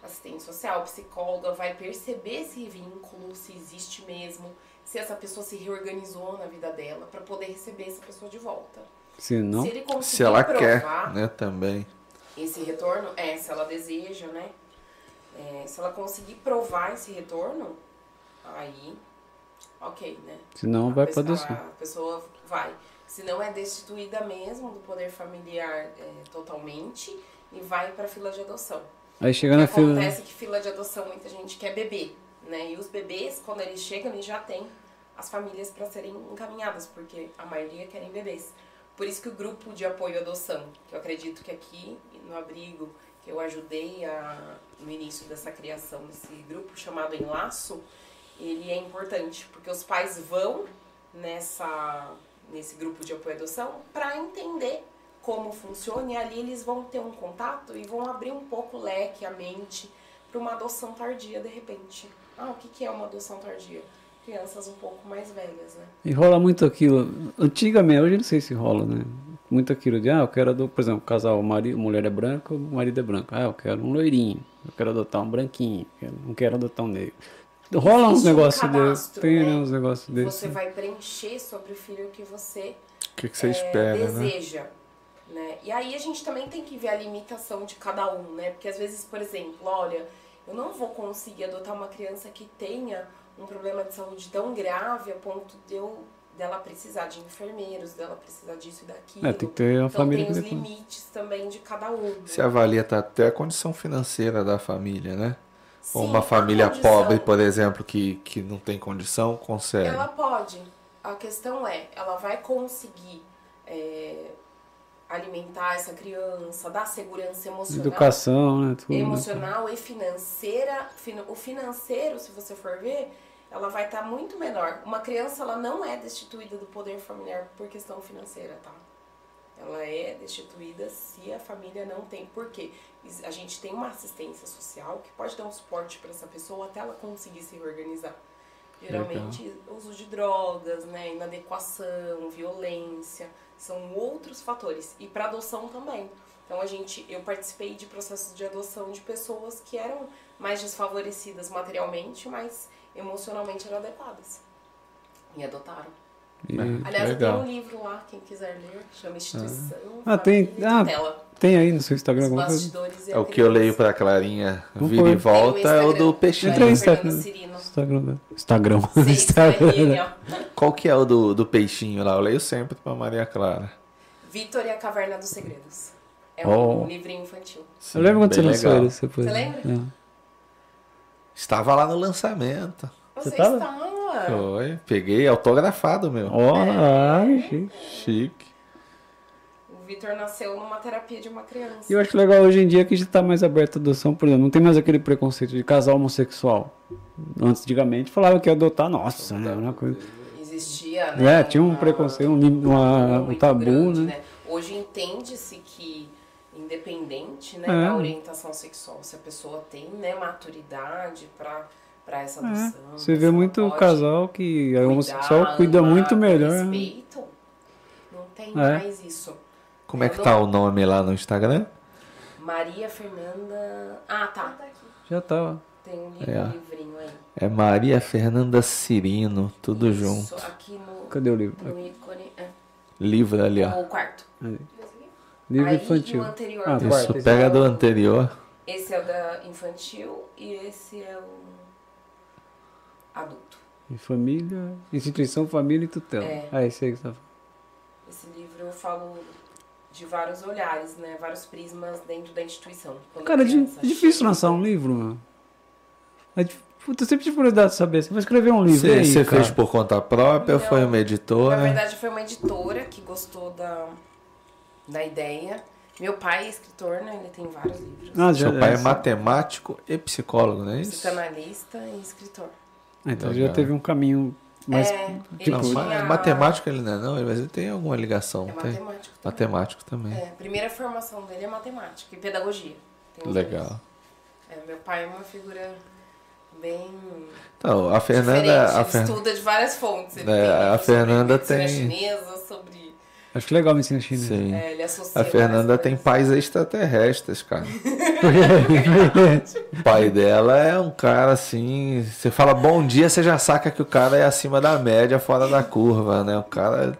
S3: assistente social, psicóloga, vai perceber esse vínculo, se existe mesmo, se essa pessoa se reorganizou na vida dela, para poder receber essa pessoa de volta.
S1: Se não.
S3: se ele conseguir
S2: Se ela quer,
S3: provar-
S2: né? Também.
S3: esse retorno, é, se ela deseja, né? É, se ela conseguir provar esse retorno, aí, ok, né?
S1: Senão
S3: A
S1: vai pra
S3: pessoa-
S1: adoção.
S3: A pessoa vai. Se não é destituída mesmo do poder familiar é, totalmente e vai pra fila de adoção.
S1: Aí chega na fila.
S3: Acontece que fila de adoção muita gente quer bebê, né? E os bebês, quando eles chegam, eles já têm as famílias para serem encaminhadas, porque a maioria querem bebês. Por isso que o grupo de apoio à adoção, que eu acredito que aqui no abrigo que eu ajudei a, no início dessa criação desse grupo chamado Enlaço, ele é importante, porque os pais vão nessa nesse grupo de apoio à adoção para entender como funciona e ali eles vão ter um contato e vão abrir um pouco o leque, a mente para uma adoção tardia de repente. Ah, o que que é uma adoção tardia? Crianças um pouco mais velhas, né?
S1: E rola muito aquilo. Antigamente, hoje eu não sei se rola, né? Muito aquilo de, ah, eu quero adotar, por exemplo, casal, o marido, mulher é branca, o marido é branco. Ah, eu quero um loirinho, eu quero adotar um branquinho, eu não quero adotar um negro. Rola uns
S3: Existe um
S1: negócios
S3: cadastro,
S1: desses. Tem né,
S3: né?
S1: uns negócios desses.
S3: Você vai preencher sobre o filho que você
S2: O que, que você
S3: é,
S2: espera, né?
S3: deseja. né? E aí a gente também tem que ver a limitação de cada um, né? Porque às vezes, por exemplo, olha, eu não vou conseguir adotar uma criança que tenha um problema de saúde tão grave a ponto de eu, dela precisar de enfermeiros, dela precisar disso e daquilo.
S1: É, tem que ter uma
S3: então
S1: família
S3: tem os
S1: que dê conta.
S3: limites também de cada um. né?
S2: Se avalia tá, até a condição financeira da família, né? Ou
S3: Sim,
S2: uma
S3: a
S2: família
S3: condição-
S2: pobre, por exemplo, que, que não tem condição, consegue.
S3: Ela pode. A questão é, ela vai conseguir é, alimentar essa criança, dar segurança emocional.
S1: Educação, né? Tudo, né?
S3: emocional e financeira. fin- O financeiro, se você for ver, ela vai estar muito menor. Uma criança, ela não é destituída do poder familiar por questão financeira, tá? Ela é destituída se a família não tem. Por quê? Is- A gente tem uma assistência social que pode dar um suporte para essa pessoa até ela conseguir se reorganizar. Geralmente, uso de drogas, né, inadequação, violência, são outros fatores. E para adoção também. Então a gente, eu participei de processos de adoção de pessoas que eram mais desfavorecidas materialmente, mas emocionalmente eram adequadas. E adotaram.
S1: E-
S3: Aliás, eu
S2: Legal.
S3: tenho um livro lá, quem quiser ler, chama Instituição. tá
S1: Ah, tem-
S3: Família e
S1: ah,
S3: Tutela.
S1: Tem aí no seu Instagram
S3: Os
S1: alguma coisa?
S3: bastidores e
S2: É
S3: a
S2: o que eu
S3: criança.
S2: leio pra Clarinha
S1: Não
S2: vira
S1: foi.
S2: e volta, é o do peixinho.
S1: Entra aí.
S3: Fernando
S1: Instagram.
S3: Cirino.
S1: Instagram. dela. Instagram.
S3: Sim,
S1: Instagram. dela.
S3: Instagram.
S2: Qual que é o do, do peixinho lá? Eu leio sempre pra Maria Clara.
S3: Vitor e a Caverna dos Segredos. É
S1: Oh.
S3: um livrinho infantil.
S2: Sim,
S1: Eu lembro quando
S2: bem
S1: você lançou né?
S2: legal.
S1: isso. Você
S3: lembra?
S2: Estava lá no lançamento.
S1: Você
S3: Você
S1: tava?
S3: estava?
S2: Ah.
S3: sua?
S2: Foi, peguei autografado, meu.
S1: Ó,
S3: É.
S1: ai, gente.
S2: Chique.
S3: O Vitor nasceu numa terapia de uma criança.
S1: E eu acho legal hoje em dia que a gente tá mais aberto à adoção, por exemplo, não tem mais aquele preconceito de casal homossexual. Antes, antigamente, falava que ia adotar, nossa, né? Uma coisa.
S3: Existia, né?
S1: É, tinha um
S3: uma-
S1: preconceito, um, lim- uma- um
S3: muito
S1: tabu,
S3: grande,
S1: né?
S3: Hoje entende-se que independente, né,
S1: É.
S3: da orientação sexual, se a pessoa tem, né, maturidade pra para essa adoção.
S1: É. Você vê muito casal que é
S3: o
S1: homossexual cuida muito melhor. né?
S3: Respeito. Não tem
S1: É.
S3: mais isso.
S2: Como é que tá o nome lá no Instagram?
S3: Maria Fernanda. Ah, tá.
S1: Já tá.
S3: Tem um li-
S2: É.
S3: livrinho aí.
S2: É Maria Fernanda Cirino, tudo
S3: Isso,
S2: junto.
S3: Aqui no,
S1: Cadê Tá. o livro?
S3: no ícone. É,
S2: Livro ali, ó.
S3: o quarto.
S1: Livro
S3: aí,
S1: infantil.
S3: O anterior
S1: Ah,
S3: do
S2: Isso,
S1: quarto.
S2: pega do anterior.
S3: Esse é o da infantil e esse é o adulto.
S1: E Família, instituição, família e tutela.
S3: É.
S1: Ah, esse aí que você tá falando.
S3: Esse livro eu falo de vários olhares, né? Vários prismas dentro da instituição. Quando
S1: Cara, é di-
S3: criança,
S1: é difícil lançar um livro, mano. É dif- Puta, eu sempre tive curiosidade de saber. Você vai escrever um livro. e aí,
S2: Você
S1: cara?
S2: fez por conta própria ou
S3: Não.
S2: foi uma
S3: Na
S2: editora?
S3: verdade, foi uma editora que gostou da, da ideia. Meu pai é escritor, né? Ele tem vários livros.
S1: Ah, já,
S2: Seu pai é
S1: já-
S2: matemático e psicólogo, não é isso?
S3: Psicanalista e escritor.
S1: Ah, então
S2: Legal.
S1: já teve um caminho mais.
S3: É, ele
S1: tipo,
S2: Não,
S3: tinha-
S2: mas matemático ele não é, não, mas ele tem alguma ligação.
S3: É
S2: tem. Matemático
S3: matemático também.
S2: também.
S3: É, a primeira formação dele é matemática e pedagogia. Tem os
S2: Legal.
S3: dois. É, meu pai é uma figura bem
S2: Então, a
S3: é diferente.
S2: Fernanda. A
S3: Ele
S2: Fer-
S3: estuda de várias fontes. Ele
S2: É,
S3: tem
S2: a
S3: livros
S2: Fernanda
S3: sobre medicina
S2: tem-
S3: chinesa, sobre...
S1: Acho legal me ensinar chinês.
S2: Sim.
S3: é, ele associa
S2: A Fernanda
S3: várias
S2: tem
S3: coisas.
S2: pais extraterrestres, cara. o pai dela é um cara assim. Você fala bom dia, você já saca que o cara é acima da média, fora da curva, né? Um cara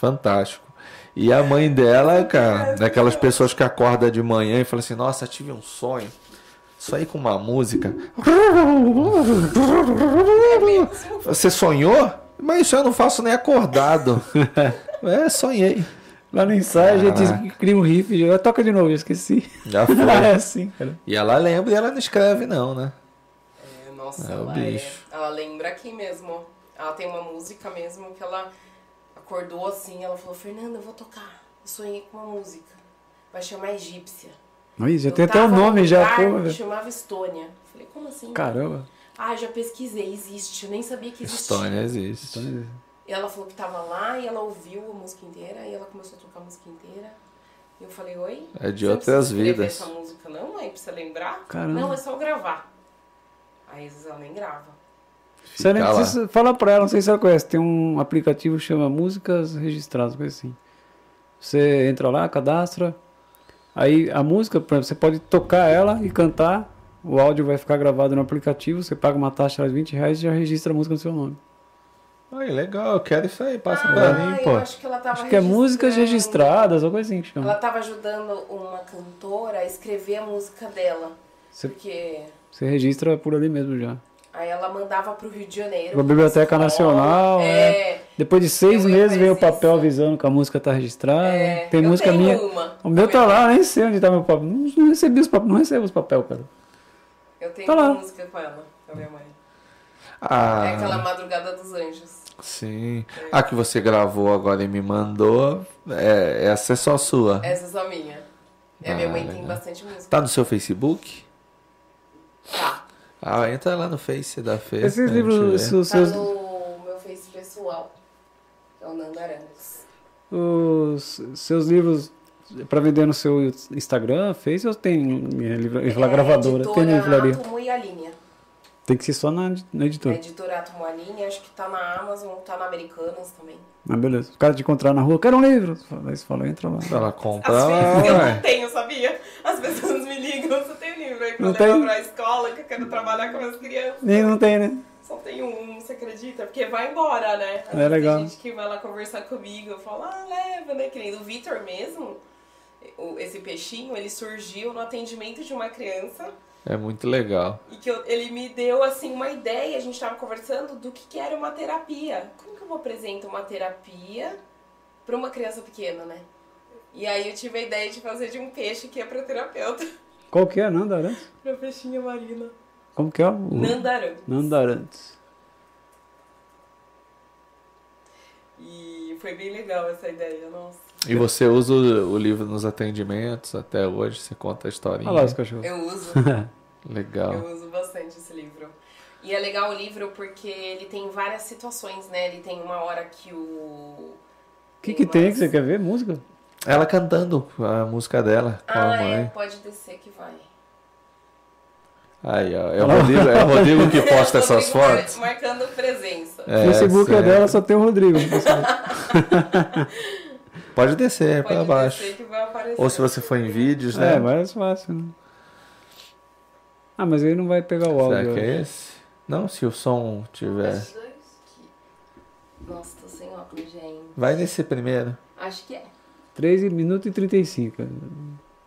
S2: fantástico. E a mãe dela, cara, é aquelas pessoas que acorda de manhã e fala assim: Nossa, tive um sonho. Isso aí com uma música. Você sonhou? Mas isso eu não faço nem acordado. É, sonhei.
S1: Lá no ensaio a
S2: Caraca.
S1: gente cria um riff. já- Toca de novo, eu esqueci.
S2: Já foi.
S1: é assim, cara.
S2: E ela lembra e ela não escreve, não, né?
S3: É, nossa,
S2: É, o
S3: ela,
S2: bicho.
S3: É, ela lembra aqui mesmo. Ela tem uma música mesmo que ela acordou assim, ela falou, Fernanda, eu vou tocar. Eu sonhei com uma música. Vai chamar egípcia.
S1: Ih, já
S3: Eu
S1: tem até o
S3: tava
S1: nome
S3: num
S1: já,
S3: lugar
S1: pô.
S3: que
S1: velho.
S3: Chamava Estônia. Falei, como assim?
S1: Caramba.
S3: Ah, já pesquisei, existe. Eu nem sabia que existia.
S2: Estônia existe.
S3: E ela falou que tava lá e ela ouviu a música inteira e ela começou a tocar a música inteira. E eu falei, oi?
S2: É de
S3: Você não
S2: outras
S3: precisa escrever
S2: vidas.
S3: essa música não, mãe? Precisa lembrar?
S1: Caramba.
S3: Não, é só gravar. Aí às vezes ela nem grava.
S1: Você nem
S2: Tá lá.
S1: precisa- Fala pra ela, não sei se ela conhece. Tem um aplicativo que chama Músicas Registradas, coisa assim. Você entra lá, cadastra. Aí a música, por exemplo, você pode tocar ela e cantar. O áudio vai ficar gravado no aplicativo. Você paga uma taxa de 20 reais e já registra a música no seu nome.
S2: Ai, legal, eu quero isso aí, passa
S3: ah,
S2: pra mim,
S3: Eu
S2: pô.
S3: acho que ela tava
S1: Acho que é músicas
S3: registrando.
S1: registradas, ou coisa assim que chama.
S3: Ela tava ajudando uma cantora a escrever a música dela.
S1: Você-
S3: Porque
S1: Você registra por ali mesmo já.
S3: aí ela mandava pro Rio de Janeiro.
S1: Pra Biblioteca
S3: pra escola.
S1: Nacional, né?
S3: É.
S1: Depois de seis
S3: Eu ia
S1: meses vem o
S3: fazer
S1: papel
S3: isso.
S1: avisando que a música tá registrada.
S3: É,
S1: Tem
S3: eu
S1: música
S3: tenho
S1: minha.
S3: uma.
S1: O meu tá lá, nem sei onde tá meu papel. Não, não recebi os papéis, não recebo os papel, cara.
S3: Eu tenho
S1: Tá lá.
S3: uma música com ela, com a minha mãe.
S2: Ah,
S3: É aquela Madrugada dos Anjos.
S2: sim. A que você gravou agora e me mandou, é, essa é só sua.
S3: Essa é só minha. É,
S2: Ah,
S3: minha mãe tem
S2: legal.
S3: bastante música.
S2: Tá no seu Facebook?
S3: Tá.
S2: Ah, entra lá no Face da Fê. pra
S1: Esses
S2: gente
S1: livros,
S2: É, ver.
S1: os,
S3: Tá
S1: seus,
S3: no meu Face pessoal. É o Nando Arangues.
S1: os seus livros pra vender no seu Instagram, Face, ou tem eh, livra-
S3: É a
S1: gravadora? Tem na
S3: editora
S1: livraria.
S3: Átomo e a linha.
S1: Tem que ser só na, na
S3: A
S1: editora.
S3: editora Átomo e a linha, acho que tá na Amazon, tá na Americanas também.
S1: Ah, beleza. O cara te encontrar na rua, quero um livro. Aí você fala, entra lá.
S2: Se Ela
S1: Ah.
S2: compra
S3: Às
S2: lá,
S3: vezes eu não
S2: ué.
S3: tenho, sabia? As pessoas me ligam, você tem livro aí pra
S1: Não
S3: levar
S1: tem?
S3: pra escola, que eu quero trabalhar com minhas crianças.
S1: Nem não tem, né?
S3: Só tenho um, você acredita? Porque vai embora, né? Às
S1: É
S3: vezes
S1: legal.
S3: Tem gente que vai lá conversar comigo, eu falo, ah, leva, né? Que nem do Vitor mesmo, o- esse peixinho, ele surgiu no atendimento de uma criança
S2: É muito legal.
S3: e que eu- ele me deu, assim, uma ideia, a gente tava conversando do que, que era uma terapia. Como que eu apresento uma terapia pra uma criança pequena, né? E aí eu tive a ideia de fazer de um peixe que é pra terapeuta,
S1: Qual que é, Nanda Arantes?
S3: pra peixinha marina.
S1: Como que é? O...
S3: Nandaran.
S1: Nanda Arantes.
S3: foi bem legal essa ideia, nossa.
S2: E você usa o, o livro nos atendimentos até hoje? Você conta a historinha?
S1: Olha lá os cachorros.
S3: Eu uso,
S2: Legal.
S3: eu uso bastante esse livro. E é legal o livro porque ele tem várias situações, né? Ele tem uma hora que o.
S1: O que, que tem que você quer ver? Música?
S2: Ela cantando a música dela com a
S3: Ah, é,
S2: mãe.
S3: pode descer que vai.
S2: Aí, ó, é o Rodrigo, é o Rodrigo que posta essas
S3: Rodrigo mar-
S2: fotos.
S3: é, Marcando presença.
S1: O
S2: É,
S1: Facebook é
S2: certo.
S1: dela, só tem o Rodrigo.
S2: Pode descer, é
S3: Pode
S2: pra baixo.
S3: descer que vai aparecer.
S2: Ou se você for em vídeos, né?
S1: é, mais fácil, né? Ah, mas aí não vai pegar o
S2: Será
S1: áudio.
S2: que
S1: eu
S2: é
S1: acho.
S2: esse? Não, se o som tiver.
S3: Nossa, tô sem óculos, gente.
S2: Vai nesse primeiro.
S3: Acho que é.
S1: 3 minutos e 35.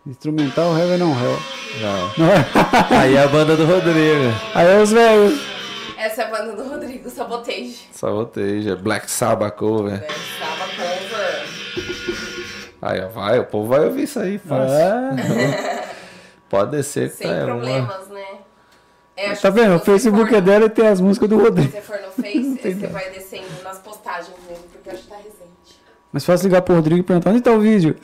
S1: Instrumental Heaven on Hell.
S2: Não.
S1: Não é?
S2: Aí é a banda do Rodrigo.
S1: Aí é os velhos.
S3: Essa é a banda do Rodrigo, Sabotage.
S2: Saboteja. é Black Sabbath cover.
S3: Né? Tava cover.
S2: Aí, ó, vai, o povo vai ouvir isso aí fácil.
S1: Ah,
S2: Pode descer que
S3: Sem
S2: tá é uma.
S3: problemas, né? É, acho
S1: tá
S3: que se
S1: vendo? O
S3: você
S1: Facebook
S3: for-
S1: é dela e tem as músicas do
S3: Se
S1: Rodrigo.
S3: você for no Face, aí você vai descendo nas postagens mesmo, porque eu acho que tá recente.
S1: Mas fácil ligar pro Rodrigo e perguntar onde tá o vídeo.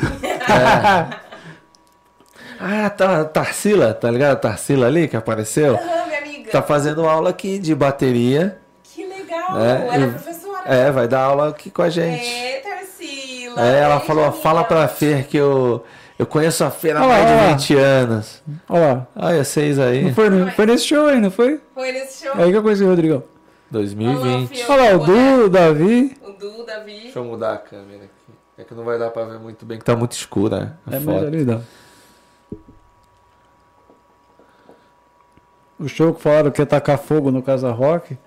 S2: Ah, tá, a Tarsila, tá ligado? A Tarsila ali que apareceu.
S3: Ah, minha amiga.
S2: Tá fazendo aula aqui de bateria.
S3: Que legal!
S2: É,
S3: Ela
S2: eu-
S3: é professora.
S2: É, vai dar aula aqui com a gente.
S3: É, Tarsila.
S2: É, ela
S3: Beijo,
S2: falou, ó,
S3: amiga.
S2: fala pra Fer que eu, eu conheço a Fer há
S1: Olha lá,
S2: mais
S1: olha
S2: de
S1: lá.
S2: 20 anos.
S1: Olha lá.
S2: Olha, vocês aí.
S1: Não foi,
S3: É.
S1: no- foi nesse show aí, não foi?
S3: Foi nesse show.
S1: É aí que eu conheci o Rodrigão.
S3: Olá,
S2: 2020.
S3: Fer.
S1: Olha lá, o Du, o Davi.
S3: O Du, o Davi.
S2: Deixa eu mudar a câmera aqui. É que não vai dar pra ver muito bem, que tá muito escura a
S1: É melhor
S2: foto.
S1: ali, dá. O show que falaram que ia tacar fogo no Casa Rock.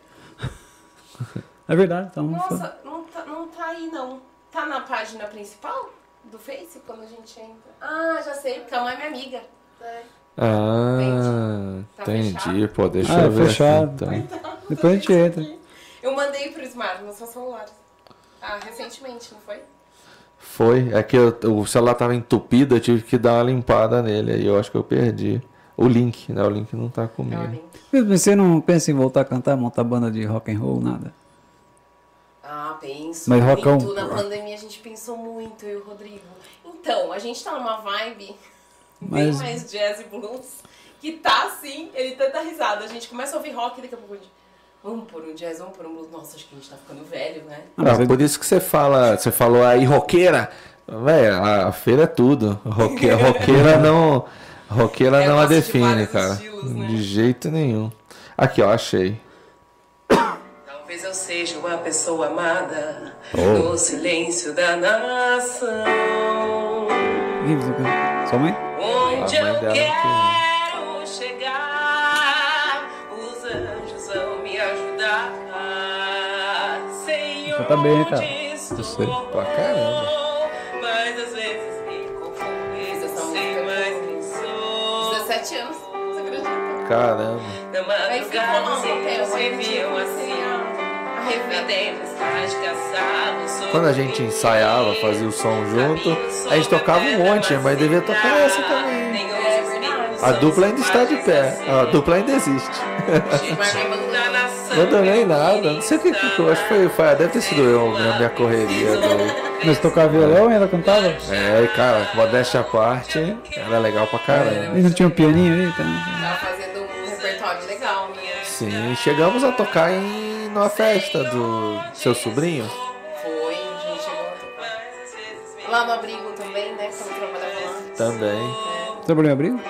S1: É verdade, então. não foi.
S3: Nossa, não tá, não tá aí não. Tá na página principal do Face quando a gente entra? Ah, já sei, porque a mãe é minha amiga.
S2: Ah,
S3: Tá
S2: entendi.
S3: fechado?
S2: Pô, deixa
S1: Ah,
S2: eu ver. aqui,
S1: fechado.
S2: então.
S1: Depois a gente entra.
S3: Eu mandei pro Smart no seu celular. Ah, recentemente, não
S1: É.
S3: foi?
S2: Foi. É que eu- o celular tava entupido, eu tive que dar uma limpada nele. Aí eu acho que eu perdi. O link, né? O link não tá
S3: É
S2: comigo.
S3: o link.
S1: Mas Você não pensa em voltar a cantar, montar banda de rock and roll, nada?
S3: Ah, penso
S1: Mas,
S3: muito.
S1: Rocão- ah.
S3: Na pandemia a gente pensou muito, eu e o Rodrigo. Então, a gente tá numa vibe bem
S1: Mas-
S3: mais jazz e blues, que tá assim, ele tá, tá risado. A gente começa a ouvir rock e daqui a pouco a gente... Vamos por um jazz, vamos por um blues. Nossa, acho que a gente tá ficando velho, né?
S1: Ah, mas
S2: Ah,
S1: eu-
S2: por isso que você fala, você falou aí roqueira. Véi, a, a feira é tudo. Roque, roqueira não, roqueira
S3: É,
S2: não a
S3: gosto de
S2: define,
S3: vários
S2: cara.
S3: estilos, né?
S2: De jeito nenhum. Aqui, ó, achei.
S3: Talvez eu seja uma pessoa amada
S2: Oh.
S3: no silêncio da nação.
S1: Quem você canta? Sua mãe?
S3: Onde
S2: A mãe
S3: eu
S2: dela
S3: quero chegar, os anjos vão me ajudar. Sei
S1: Você tá bem,
S3: onde
S1: cara?
S3: estou,
S1: Eu sei.
S2: tá Pra caramba.
S3: mas às vezes me confundo. Eu sei mais quem sou.
S4: 17 anos, você acredita?
S2: Caramba.
S3: Na
S4: Aí ficou
S3: madrugada,
S4: lá no hotel,
S3: se viam
S4: é, acredito.
S3: assim. Pra dentro está de caçado, sou
S2: Quando a gente
S3: feliz.
S2: ensaiava, fazia o som junto, a gente tocava um monte, mas devia tocar essa também.
S3: Tem olhos bonitos,
S2: A dupla ainda
S3: são
S2: está de pé.
S3: simpáticos
S2: A dupla ainda existe.
S3: assim. Gente
S4: né?
S3: da nação,
S2: Não também
S3: meu
S2: nada. Não sei o que, que eu acho que foi, foi. Deve ter sido eu na minha correria. do-
S1: Mas tocava violão e ela cantava?
S2: É, e cara, modéstia à parte, era legal pra caramba.
S1: E não tinha um pianinho aí? Tá?
S4: Tá fazendo um repertório legal, minha.
S2: Sim, chegamos a tocar em numa festa do seu sobrinho.
S4: Foi, a gente chegou a tocar. Lá no abrigo também, né? Quando eu trabalhava lá.
S2: Também.
S1: Você trabalhou em abrigo?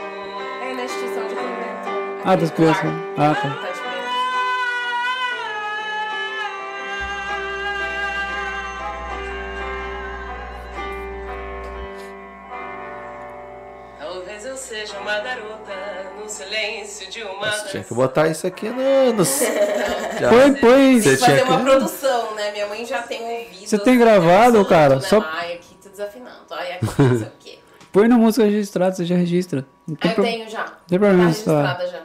S4: É na instituição de convento.
S1: Ah, das crianças. né? Ah, tá.
S4: Tá de preto.
S3: Talvez eu seja uma garota no silêncio de uma
S2: Nossa, tinha que botar isso aqui no. no... Já-
S1: Põe, põe.
S2: Você
S4: Fazer
S2: tinha
S4: uma
S2: que.
S4: produção, né? Minha mãe já tem ouvido.
S1: É Você tem gravado,
S4: assim,
S1: cara?
S4: né?
S1: Só-
S4: Ai, aqui tá desafinado. Ai, aqui não sei o quê.
S1: Põe na música registrada, você já registra. Não
S4: Ah,
S1: tem
S4: eu
S1: pro-
S4: tenho já.
S1: tem problema,
S4: Tá
S1: tá.
S4: registrada já.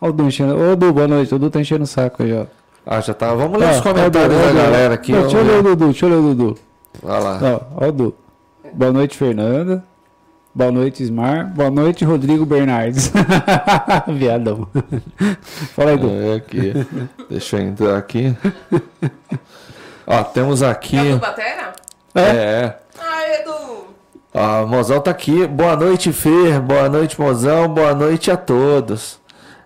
S1: Ó o Du enchendo. Ô Du, boa noite. O Du tá enchendo o saco aí, ó.
S2: Ah, já tá. Vamos ler
S1: Ó,
S2: os comentários
S1: ó o Du, ó
S2: da
S1: o Du.
S2: galera aqui.
S1: Não, deixa eu
S2: vamos
S1: ler o
S2: ver.
S1: Dudu, deixa eu ler o Dudu.
S2: Olha lá.
S1: Ó, ó o Du. Boa noite, Fernanda. Boa noite, Ismar. Boa noite, Rodrigo Bernardes. Viadão. Fala aí, Du.
S2: É aqui. Deixa eu entrar aqui. Ó, temos aqui. Tá
S3: É o do Batera?
S2: É.
S4: Ai, Edu!
S2: Ah, o Mozão tá aqui. Boa noite, Fer. Boa noite, Mozão. Boa noite a todos.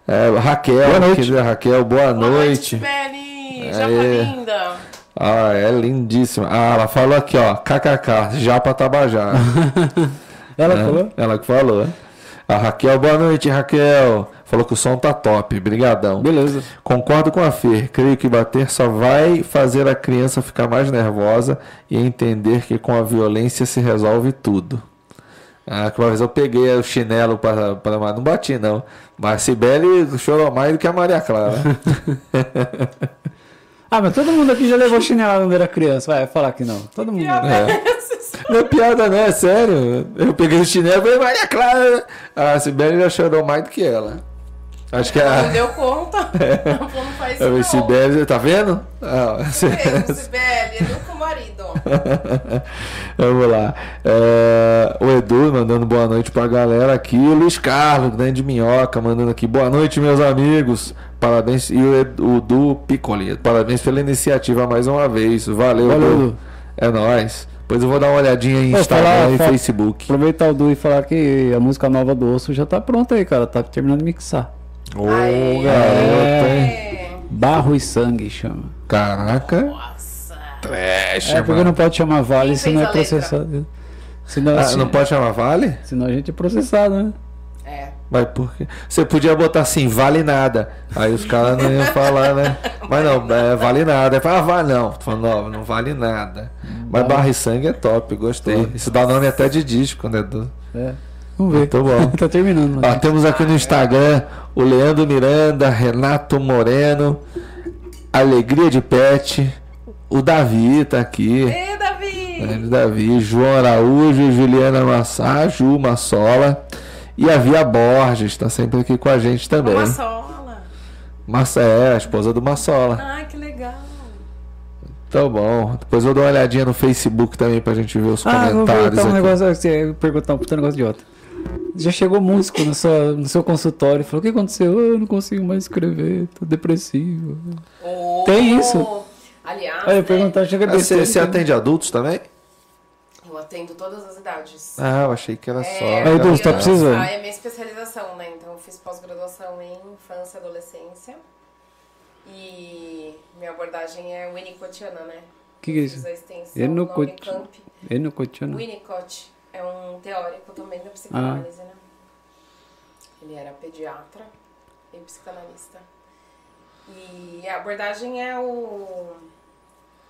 S2: É, Raquel,
S1: Boa noite.
S2: querida Raquel, boa,
S4: Boa
S2: noite.
S4: Belly!
S2: Aê.
S4: Já foi linda!
S2: Ah, é lindíssima. Ah, ela falou aqui, ó. KKK, Japa Tabajara.
S1: Ela
S2: né?
S1: falou?
S2: Ela que falou. A Raquel, boa noite, Raquel. Falou que o som tá top. Brigadão.
S1: Beleza.
S2: Concordo com a Fer. Creio que bater só vai fazer a criança ficar mais nervosa e entender que com a violência se resolve tudo. Ah, que uma vez eu peguei o chinelo para para mas não bati não. Mas Sibeli chorou mais do que a Maria Clara.
S1: Ah, mas todo mundo aqui já levou chinelada quando era criança. Vai falar que não. Todo mundo.
S2: não é piada não, é sério. Eu peguei o chinelo e falei, Maria Clara. Ah, A Sibeli já chorou mais do que ela. Acho que é a,
S4: Não deu conta.
S2: É.
S4: Não, pô, não faz isso
S2: a
S4: não.
S2: Sibeli, tá vendo? Ah,
S4: Mesmo, Sibeli, Edu com o marido.
S2: É. Vamos lá. É, o Edu mandando boa noite pra galera aqui. O Luiz Carlos, grande minhoca, mandando aqui boa noite, meus amigos. Parabéns. E o Edu o Du Piccoli, parabéns pela iniciativa mais uma vez. Valeu,
S1: Valeu,
S2: Du.
S1: Edu.
S2: É nóis. Depois eu vou dar uma olhadinha em
S1: Pô, falar-
S2: Instagram e
S1: fa-
S2: Facebook.
S1: Aproveitar o Du e falar que a música nova do Osso já tá pronta aí, cara. Tá terminando de mixar.
S2: Ô,
S4: Aê.
S2: garoto, hein?
S4: É.
S1: Barro e sangue chama.
S2: Caraca.
S4: Nossa.
S2: Trash,
S1: É porque
S2: mano.
S1: não pode chamar Vale
S4: Quem
S1: se não
S4: fez
S1: é
S4: a letra?
S1: processado. Senão, assim,
S2: Ah, não pode chamar Vale?
S1: senão a gente é processado, né?
S4: É.
S2: Mas por quê? Você podia botar assim, vale nada. Aí os caras não iam falar, né? Mas não, é, vale nada. Aí fala, ah, vale não. Tô falando, não, não vale nada. Mas barra e sangue é top, gostei. Isso dá nome até de disco, né? Do...
S1: É. Vamos ver.
S2: Tá bom.
S1: tá terminando,
S2: Ó,
S1: né?
S2: temos aqui no Instagram o Leandro Miranda, Renato Moreno, Alegria de Pet, o Davi tá aqui.
S4: Ei, Davi!
S2: Leandro Davi, João Araújo, Juliana Massá, Ju Massola e a Via Borges está sempre aqui com a gente também.
S4: Uma sola.
S2: Massa é, a esposa do Massola.
S4: Ai, que legal.
S2: Tá bom. Depois eu dou uma olhadinha no Facebook também pra gente ver os
S1: Ah, vou
S2: comentários.
S1: perguntar um
S2: aqui.
S1: negócio. Assim, perguntar um puta negócio idiota. Já chegou músico no seu, no seu consultório e falou: O que aconteceu? Ah, Eu não consigo mais escrever, tô depressivo.
S4: Ô,
S1: Tem isso?
S4: Aliás,
S1: Aí eu
S4: né,
S1: perguntar, chega
S2: Ah,
S1: a
S2: Você, você atende adultos também?
S4: eu atendo todas as idades.
S2: Ah, eu achei que era só.
S4: É,
S1: Aí, Dulce, tá
S4: criança,
S1: precisando?
S4: É minha especialização, né? Então, eu fiz pós-graduação em infância e adolescência. E minha abordagem é winnicottiana, né?
S1: que, que é
S4: Fiz
S1: isso?
S4: a extensão na
S1: Winnicott-
S4: Unicamp.
S1: Ele não continua.
S4: Winnicott é um teórico também
S1: Ah.
S4: da psicanálise, né? Ele era pediatra e psicanalista. E a abordagem é o.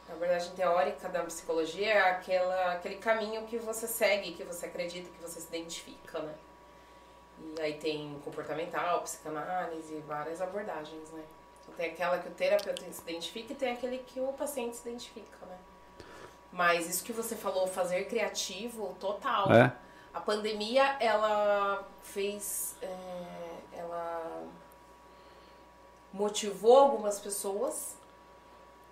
S4: A abordagem teórica da psicologia é aquela, aquele caminho que você segue, que você acredita, que você se identifica, né? E aí tem comportamental, psicanálise, várias abordagens, né? Então, tem aquela que o terapeuta se identifica e tem aquele que o paciente se identifica, né? Mas isso que você falou, fazer criativo, total.
S1: É.
S4: A pandemia, ela fez. é, ela motivou algumas pessoas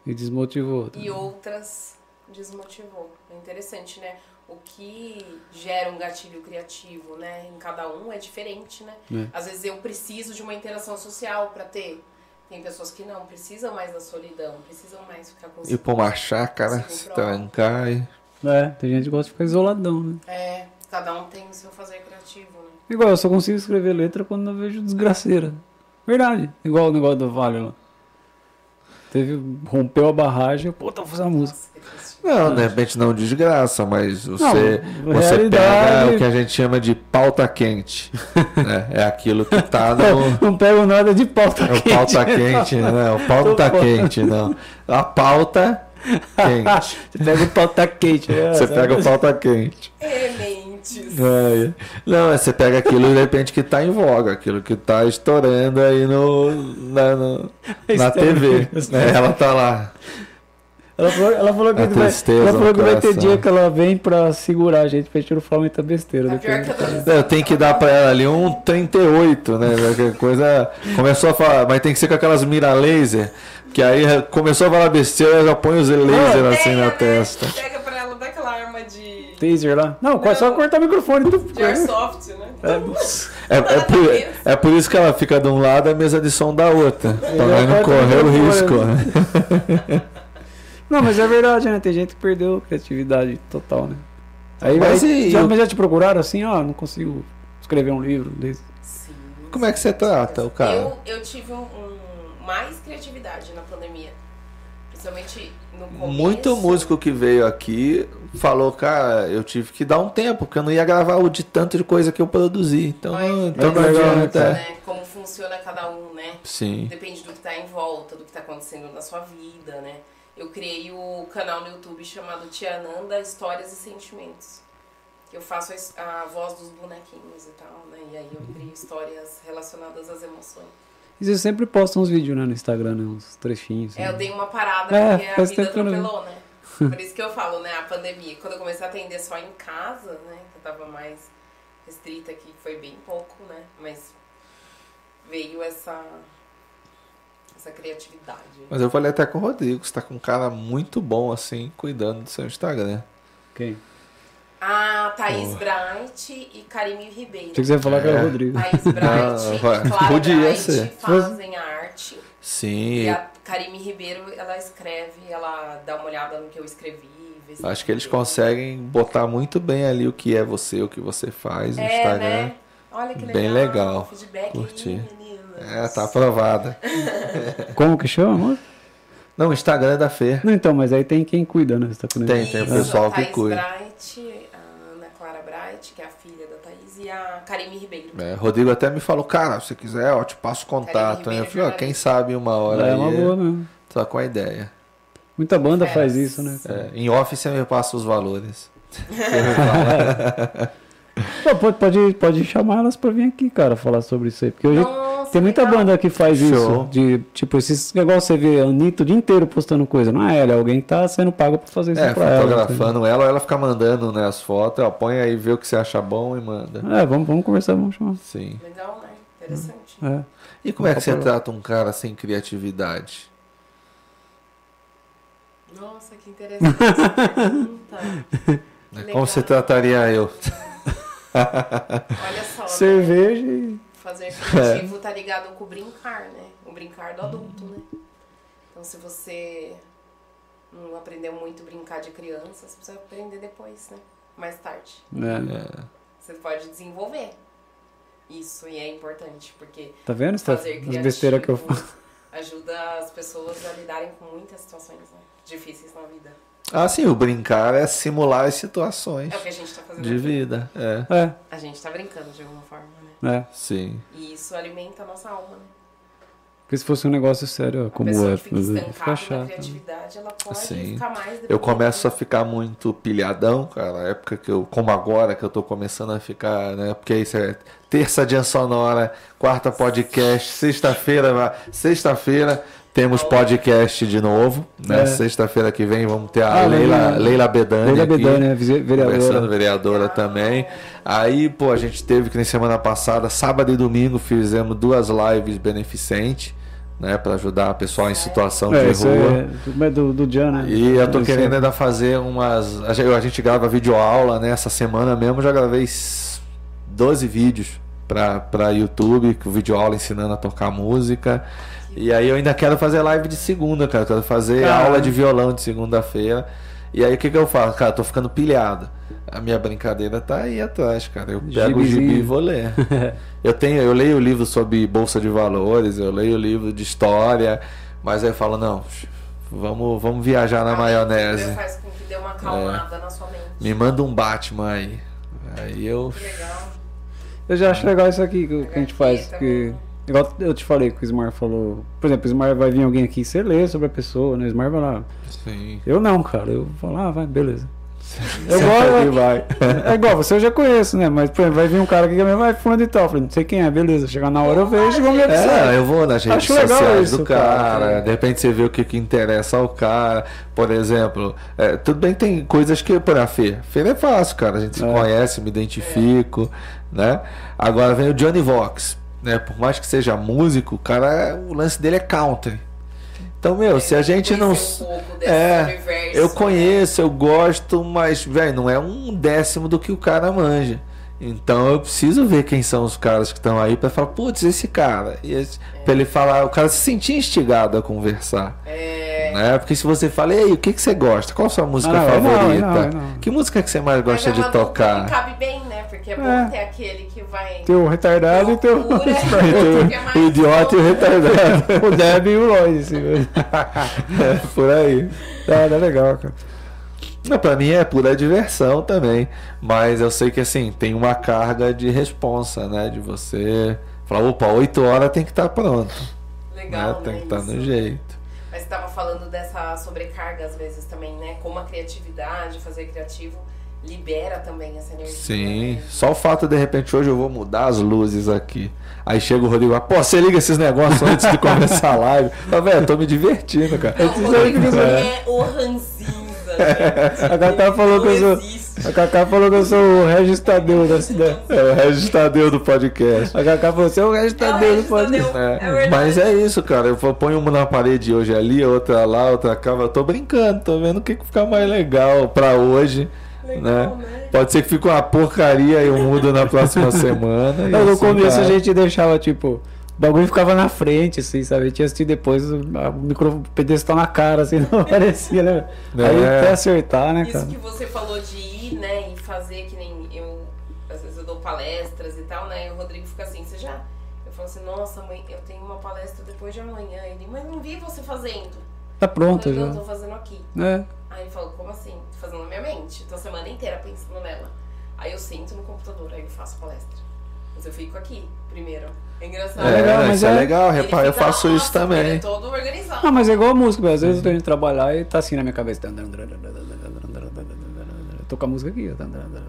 S1: E desmotivou.
S4: e outras desmotivou. É interessante, né? O que gera um gatilho criativo, né? Em cada um é diferente, né?
S1: É.
S4: Às vezes eu preciso de uma interação social para ter. Tem pessoas que não precisam mais da solidão, precisam mais ficar com
S2: Ir pra uma chácara, se trancar e.
S1: É, tem gente que gosta de ficar isoladão, né?
S4: É, cada um tem o seu fazer criativo, né?
S1: Igual, eu só consigo escrever letra quando eu vejo desgraceira. Verdade. Igual o negócio do Vale lá. Teve, rompeu a barragem, pô, tá fazendo música.
S4: Nossa, que triste.
S2: Não, de repente não desgraça, mas você,
S1: Não,
S2: você
S1: realidade-
S2: pega o que a gente chama de pauta quente. né? É aquilo que tá no.
S1: Não pego nada de pauta
S2: É o
S1: quente.
S2: pauta quente, não. O pauta quente, não. A pauta quente.
S1: Você pega o pauta quente. é,
S2: Você
S1: sabe?
S2: pega o pauta quente.
S4: Elementes.
S2: Ai, Não, é, você pega aquilo de repente que tá em voga, aquilo que tá estourando aí no, na, no- na TV. né? Ela tá lá.
S1: Ela falou, ela falou que,
S2: A
S1: vai,
S2: É tristeza
S1: ela falou
S2: no
S1: que vai ter
S2: coração.
S1: dia que ela vem pra segurar a gente, pra gente não falar muita besteira.
S4: Tá
S1: depois.
S4: pior que a adolescência.
S2: Eu tenho que dar pra ela ali um 38, né? Qualquer coisa. Começou a falar, mas tem que ser com aquelas mira laser, que aí começou a falar besteira, eu já põe os laser assim
S4: Pega,
S2: na
S4: né?
S2: testa.
S4: Pega pra ela daquela arma de, de
S1: Taser lá. Não, é só cortar o microfone. Tu...
S4: airsoft, né?
S1: É,
S2: É, é por, é por isso que ela fica de um Então lado e a mesa de som da outra. Pra não
S1: aperta o
S2: correr o né?
S1: microfone.
S2: risco. né?
S1: Não, mas é verdade, né? Tem gente que perdeu a criatividade total, né? Aí,
S2: Mas
S1: aí
S2: e-
S1: já,
S2: eu-
S1: mas já te procuraram assim, ó, não consigo escrever um livro desse.
S4: Sim.
S2: Como é que você trata o cara?
S4: Eu, eu tive um, um- mais criatividade na pandemia. Principalmente no começo.
S2: Muito músico que veio aqui falou, cara, eu tive que dar um tempo, porque eu não ia gravar o de tanto de coisa que eu produzi. Então,
S4: Ai,
S2: então
S1: que
S2: não
S1: legal, né,
S2: adianta.
S1: cara?
S2: é.
S4: Né? Como funciona cada um, né?
S2: Sim.
S4: Depende do que tá em volta, do que tá acontecendo na sua vida, né? Eu criei o canal no YouTube chamado Tiananda Histórias e Sentimentos. Que eu faço a his- a, voz dos bonequinhos e tal, né? E aí eu crio histórias relacionadas às emoções.
S1: E você sempre posta uns vídeos né, no Instagram, né, uns trechinhos.
S4: É, eu
S1: né?
S4: dei uma parada
S1: É,
S4: porque a
S1: faz
S4: vida
S1: tempo que eu não vi.
S4: atropelou, né? Por isso que eu falo, né? A pandemia. Quando eu comecei a atender só em casa, né? Que eu tava mais restrita, que foi bem pouco, né? Mas veio essa, essa criatividade. né?
S2: Mas eu falei até com o Rodrigo, você tá com um cara muito bom, assim, cuidando do seu Instagram.
S1: Quem?
S4: A Ah, Thaís Bright e Karime Ribeiro.
S1: Tinha que você falar que era
S2: É.
S1: o Rodrigo.
S4: Thaís Bright
S2: Ah, vai.
S4: e Clara
S2: Podia
S4: Bright
S2: ser.
S4: fazem a arte.
S2: Sim,
S4: E a Karime Ribeiro, ela escreve, ela dá uma olhada no que eu escrevi. vê se
S2: acho que eles
S4: entendeu.
S2: conseguem botar muito bem ali o que é você, o que você faz no
S4: É,
S2: Instagram.
S4: né? Olha que legal.
S2: Bem legal.
S4: Feedback
S2: Curti.
S4: aí, meninas.
S2: É, tá aprovada.
S1: Como que chama, amor?
S2: Não, o Instagram é da Fer.
S1: Não, então, mas aí tem quem cuida, né? Você tá cuidando.
S2: É, Tem, tem o
S4: Isso,
S2: pessoal
S4: a
S2: que
S4: Thaís
S2: cuida.
S4: Bright, a Ana Clara Bright, que é a filha da Thaís, e a Karime Ribeiro.
S2: É, Rodrigo até me falou, cara, se você quiser, ó, te passo o contato. hein? Eu falei, ó,
S4: né?"
S2: quem sabe uma hora
S1: É uma
S2: aí,
S1: boa mesmo.
S2: só com a ideia.
S1: Muita banda
S4: Fera.
S1: faz isso, né? cara?
S2: É, em off você me passa os valores.
S1: Pô, pode, pode, pode chamar elas pra vir aqui, cara, falar sobre isso aí. Porque hoje
S4: Nossa,
S1: tem muita
S4: legal.
S1: banda que faz
S2: Show.
S1: isso. De, tipo, esses negócios você vê a Anitta o dia inteiro postando coisa. Não é ela, é alguém que tá sendo pago pra fazer isso
S2: É,
S1: pra ela.
S2: fotografando ela, ela fica mandando né, as fotos, ó, põe aí, vê o que você acha bom e manda.
S1: entendeu? É, vamos, vamos conversar, vamos chamar.
S2: Ah, Sim.
S4: Legal, né? Interessante.
S1: É.
S2: E como é que você trata um cara sem criatividade?
S4: Nossa, que interessante essa pergunta.
S2: Né?
S4: Legal.
S2: Como você trataria eu?
S4: Olha só, né?
S1: Cerveja e.
S4: fazer criativo tá ligado com o brincar, né? O brincar do adulto, né? Então se você não aprendeu muito brincar de criança, você precisa aprender depois, né? Mais tarde.
S1: né?
S2: É.
S4: Você pode desenvolver. Isso, e é importante, porque
S1: Tá vendo? Essa,
S4: fazer
S1: as
S4: criativo
S1: besteiras que eu faço.
S4: ajuda as pessoas a lidarem com muitas situações né? difíceis na vida.
S2: Ah, sim, o brincar é simular as situações
S4: É o que a gente tá fazendo.
S2: de
S4: aqui.
S2: vida. É,
S1: É,
S4: A gente tá brincando de alguma forma, né?
S1: é.
S2: sim.
S4: E isso alimenta a nossa alma, né?
S1: Porque se fosse um negócio sério, ó,
S4: a
S1: como
S4: pessoa
S1: é,
S4: que fica
S1: fica
S4: estancada né? na
S1: chato. né?
S4: criatividade, ela pode
S2: Sim.
S4: ficar mais
S2: Eu começo a ficar muito pilhadão, cara. A época que eu, como agora, que eu tô começando a ficar, né? Porque isso é terça dia sonora, quarta podcast, sexta-feira, vai- sexta-feira temos podcast de novo, né?
S1: É.
S2: Sexta-feira que vem vamos ter a
S1: Ah,
S2: Leila,
S1: Leila-
S2: Leila Bedani.
S1: Leila
S2: aqui,
S1: Bedani, né? Vise- vereadora.
S2: Conversando, vereadora também. Aí, pô, a gente teve que nem semana passada, sábado e domingo, fizemos duas lives beneficentes, né? Pra ajudar o pessoal em situação
S1: É,
S2: de
S1: isso
S2: rua.
S1: é do, do Jan, né?
S2: E eu tô
S1: Isso é-
S2: querendo ainda fazer umas. A gente, a gente grava videoaula, né? Essa semana mesmo já gravei s- 12 vídeos pra, pra YouTube, com videoaula ensinando a tocar música. E aí eu ainda quero fazer live de segunda, cara. Eu quero fazer
S1: Ah.
S2: aula de violão de segunda-feira. E aí o que, que eu faço? Cara, eu tô ficando pilhado. A minha brincadeira tá aí atrás, cara. Eu pego o gibi e
S1: Gibizinho.
S2: vou ler. Eu tenho, eu leio o livro sobre bolsa de valores, eu leio o livro de história, mas aí eu falo não, vamos, vamos viajar na maionese.
S4: Faz com que dê uma
S2: É.
S4: acalmada na sua mente.
S2: Me manda um Batman aí. Aí eu
S4: Legal.
S1: Eu já acho legal isso aqui que, que a gente faz.
S4: Tá
S1: Que,
S4: bom.
S1: igual eu te falei que o Smar falou. Por exemplo, o Smar vai vir alguém aqui e você lê sobre a pessoa, né? O Smar vai lá.
S2: sim.
S1: Eu não, cara. Eu vou lá, ah, vai, beleza. Eu
S2: Aí
S1: gosto.
S2: vai.
S1: É igual, você eu já conheço, né? Mas, por exemplo, vai vir um cara aqui que vai fulano e tal. Eu Falei, não sei quem é, beleza. Chegar na hora eu vejo e vou me avisar.
S2: É, eu vou nas redes
S1: Acho legal
S2: sociais
S1: isso,
S2: do cara, né?
S1: cara.
S2: de repente você vê o que, que interessa ao cara. Por exemplo, é, tudo bem que tem coisas que, por a Fê, Fê é fácil, cara. A gente se conhece, me identifico, né? Agora vem o Johnny Vox, né? Por mais que seja músico, o cara, o lance dele é country. Então, meu, se a gente não.
S4: Conhecer um pouco desse
S2: É,
S4: universo,
S2: eu
S4: né?
S2: conheço,
S1: é.
S2: eu gosto, mas, velho, não é um décimo do que o cara manja. Então eu preciso ver quem são os caras que estão aí pra falar,
S1: É.
S2: putz, esse cara. E esse- Pra ele falar, o cara se sentir instigado a conversar.
S4: É,
S2: Né? Porque se você fala, ei, o que, que você gosta? Qual a sua música
S1: não, é não,
S2: favorita?
S1: é não, é não.
S2: Que música que você mais gosta
S4: Mas é
S2: de
S4: uma dupla
S2: tocar?
S4: que cabe bem, né? Porque é bom
S1: É.
S4: ter aquele que vai.
S1: Tem o retardado e tem um o.
S4: Loucura.
S1: tem um
S4: mais
S2: O idiota e o retardado.
S1: o- o Deb e o Lloyd, assim, velho.
S2: É, por aí.
S1: Tá, tá legal, cara.
S2: Não, pra mim é pura diversão também. Mas eu sei que assim, tem uma carga de responsa, né? De você falar, opa, 8 horas tem que estar pronto.
S4: Legal,
S2: né? Tem
S4: né?
S2: que estar
S4: Isso.
S2: no jeito.
S4: Mas você tava falando dessa sobrecarga às vezes também, né? Como a criatividade, fazer criativo, libera também essa energia.
S2: Sim. Só o fato, de repente, hoje eu vou mudar as luzes aqui. Aí chega o Rodrigo e fala, pô, você liga esses negócios antes de começar a live. Tá vendo? Tô me divertindo, cara.
S4: Não, o Rodrigo é o ranzinza, gente.
S1: A
S2: tá
S1: Cacá falou que eu
S4: Não
S1: sou.
S4: existe.
S1: A Cacá falou que Tá eu sou o Regis Tadeu da cidade.
S2: É o registadeu do podcast.
S1: A Cacá falou, você é o Regis
S4: É o
S1: Tadeu do
S4: Regis
S1: podcast.
S4: Tadeu.
S2: É,
S4: É verdade.
S2: mas é isso, cara. Eu ponho uma na parede hoje ali, outra lá, outra cá. Eu tô brincando, tô vendo o que que fica mais legal pra hoje.
S4: Legal,
S2: né?
S4: né?
S2: Pode ser que fique uma porcaria e eu mudo na próxima semana. e
S1: Não, no
S2: assim
S1: começo
S2: vai.
S1: a gente deixava, tipo, o bagulho ficava na frente, assim, sabe? Tinha assistido depois o a- o micro o pedestal na cara, assim, não aparecia, né?
S2: É.
S1: Aí até acertar, né,
S4: Isso
S1: cara?
S4: que você falou de ir, né, e fazer que nem eu, às vezes eu dou palestras e tal, né, e o Rodrigo fica assim, você já? Eu falo assim, nossa mãe, eu tenho uma palestra depois de amanhã. Ele, mas não vi você fazendo.
S1: Tá
S4: Eu
S1: pronto
S4: falei, não,
S1: já.
S4: eu tô fazendo aqui.
S1: É.
S4: Aí ele falou, como assim? Tô fazendo na minha mente, tô a semana inteira pensando nela. Aí eu sento no computador, aí eu faço palestra. Mas eu fico aqui, primeiro. É engraçado.
S2: É,
S1: legal, mas
S2: isso é,
S1: é-
S2: legal,
S4: Ele
S2: repara, eu
S4: fica,
S2: faço isso
S4: nossa, Ele é
S2: também.
S4: todo organizado.
S1: Ah, mas é igual a música, velho. às
S2: Uhum.
S1: vezes eu tô indo trabalhar e tá assim na minha cabeça. Eu tô com a música aqui. ó.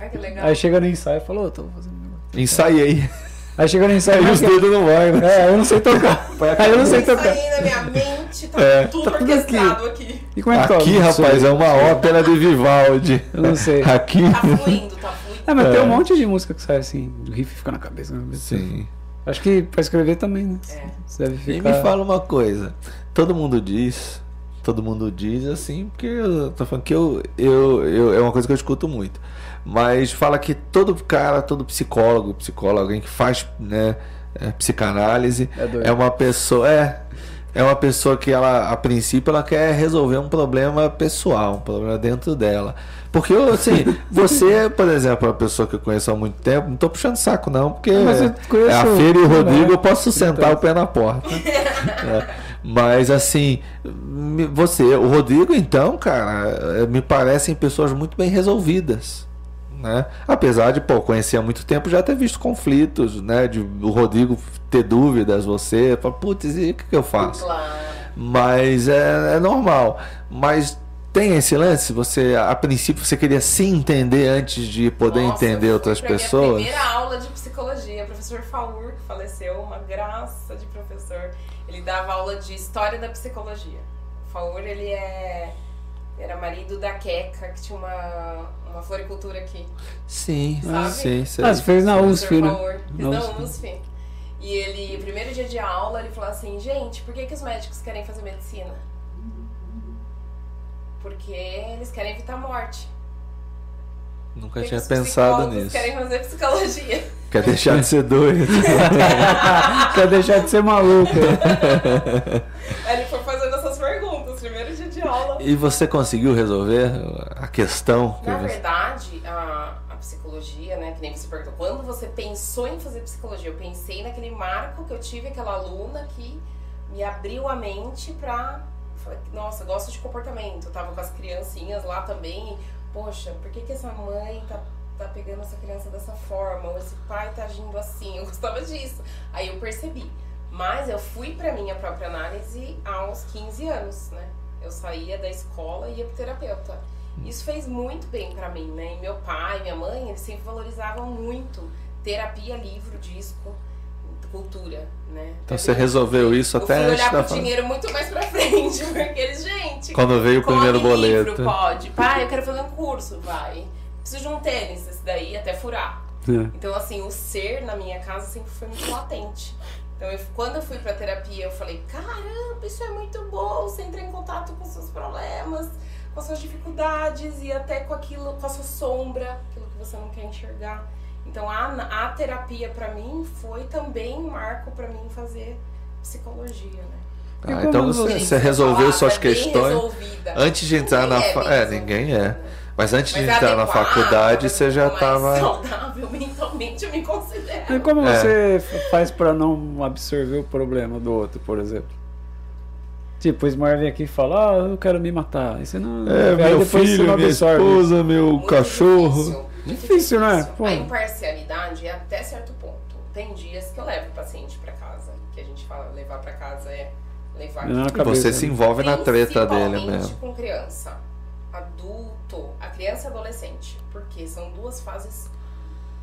S4: Ai, que legal.
S1: Aí chega no ensaio e fala, ô, tô fazendo. um negócio.
S2: Ensaiei.
S1: Aí chega no ensaio
S2: Aí os
S1: e
S2: dedos não vai, né?
S1: É, eu não sei tocar. Aí eu não sei
S4: Isso
S1: tocar.
S4: aí na Tá minha mente, tá
S2: É,
S4: tudo
S1: tá tudo
S4: orquestrado aqui.
S1: E como é que toca?
S2: Aqui,
S1: Não sei.
S2: rapaz, é uma ópera de Vivaldi.
S1: Eu não sei.
S2: Aqui.
S4: Tá fluindo, tá fluindo.
S1: É, mas
S2: É.
S1: tem um monte de música que sai assim, o riff fica na cabeça. né? na cabeça.
S2: Sim.
S1: Acho que pra escrever também, né?
S4: É.
S1: Você deve
S2: E
S1: ficar.
S2: me fala uma coisa. Todo mundo diz, todo mundo diz assim, porque eu tô falando que eu, eu, eu- é uma coisa que eu escuto muito. Mas fala que todo cara, todo psicólogo, psicólogo, alguém que faz, né, é, psicanálise,
S1: É doido.
S2: é uma pessoa, é, é uma pessoa que ela, a princípio, ela quer resolver um problema pessoal, um problema dentro dela. Porque, assim, você, por exemplo, é uma pessoa que eu conheço há muito tempo, não tô puxando saco, não, porque
S1: Mas eu conheço- Então.
S2: é a Feira e o
S1: né?
S2: Rodrigo, eu posso sentar o pé na porta. É. Mas assim, me- você, o Rodrigo, então, cara, eh, me parecem pessoas muito bem resolvidas. Né? Apesar de, pô, conhecer há muito tempo, já ter visto conflitos, né? De o Rodrigo ter dúvidas, você, fala, putz, e o que, que eu faço?
S4: Claro.
S2: Mas é, é normal. Mas tem esse lance? Você, a princípio, você queria se entender antes de poder
S4: Nossa,
S2: entender
S4: eu
S2: outras
S4: fui pra
S2: pessoas?
S4: Minha primeira aula de psicologia, o professor Faur, que faleceu, uma graça de professor. Ele dava aula de história da psicologia. O Faur, ele é. Era marido da Queca, que tinha uma, uma floricultura aqui.
S2: Sim,
S4: Sabe?
S2: sim, sim.
S1: Ah, você fez na USP,
S4: Professor
S1: né?
S4: Faur, fiz
S1: Na
S4: Na
S1: USP.
S4: USP. E ele, primeiro dia de aula, ele falou assim: gente, por que, que os médicos querem fazer medicina? Porque eles querem evitar a morte.
S2: Nunca
S4: Por que
S2: tinha
S4: que os
S2: pensado
S4: psicólogos
S2: nisso.
S4: querem fazer psicologia.
S2: Quer deixar de ser doido? É.
S1: Quer deixar de ser maluco. né?
S4: Aí ele foi fazendo essas perguntas, primeiro dia de aula.
S2: E você conseguiu resolver a questão? que
S4: Na
S2: você-
S4: verdade, a, a psicologia, né, que nem você perguntou, quando você pensou em fazer psicologia, eu pensei naquele marco que eu tive aquela aluna que me abriu a mente pra. Falei, nossa, eu gosto de comportamento. Eu tava com as criancinhas lá também. e, Poxa, por que, que essa mãe tá, tá pegando essa criança dessa forma? Ou esse pai tá agindo assim? Eu gostava disso. Aí eu percebi. Mas eu fui pra minha própria análise aos 15 anos, né? Eu saía da escola e ia pro terapeuta. Isso fez muito bem pra mim, né? E meu pai, minha mãe, eles sempre valorizavam muito terapia, livro, disco, cultura, né?
S2: Então você resolveu isso
S4: Eu
S2: até
S4: fui
S2: antes
S4: olhar
S2: da
S4: pro
S2: fase.
S4: dinheiro muito mais pra frente, porque eles, gente,
S2: Quando veio o
S4: come
S2: primeiro
S4: livro,
S2: boleto.
S4: pode. Pai, eu quero fazer um curso, vai. Preciso de um tênis, esse daí, até furar.
S1: É.
S4: Então, assim, o ser na minha casa sempre foi muito latente. Então, eu- quando eu fui pra terapia, eu falei: caramba, isso é muito bom. Você entra em contato com seus problemas, com suas dificuldades e até com aquilo, com a sua sombra, aquilo que você não quer enxergar. Então, a, a terapia pra mim foi também um marco pra mim fazer psicologia, né?
S2: Ah, então você, você resolveu
S4: Ela
S2: suas
S4: tá bem
S2: questões.
S4: resolvida.
S2: Antes de entrar
S4: Ninguém
S2: na
S4: é
S2: fa...
S4: bem
S2: É,
S4: resolvido,
S2: ninguém é.
S4: né?
S2: Mas antes
S4: Mas
S2: de entrar na
S4: adequado,
S2: faculdade,
S4: mas
S2: você já
S4: mais
S2: tava.
S4: saudável mentalmente, eu me considero.
S1: E como
S2: É.
S1: você f- faz pra não absorver o problema do outro, por exemplo? Tipo, o Smar vem aqui e fala, ah, eu quero me matar. Aí você não.
S2: É,
S1: aí depois você não absorve.
S2: meu
S4: É, Muito difícil, muito
S1: Difícil, né? Pô.
S4: A imparcialidade é até certo ponto. Tem dias que eu levo o paciente pra casa, que a gente fala levar pra casa é levar
S1: Não,
S2: E você
S1: Cabeça,
S2: se
S1: né?
S2: envolve na treta dele
S4: Principalmente
S2: mesmo.
S4: com criança, adulto, a criança e adolescente, porque são duas fases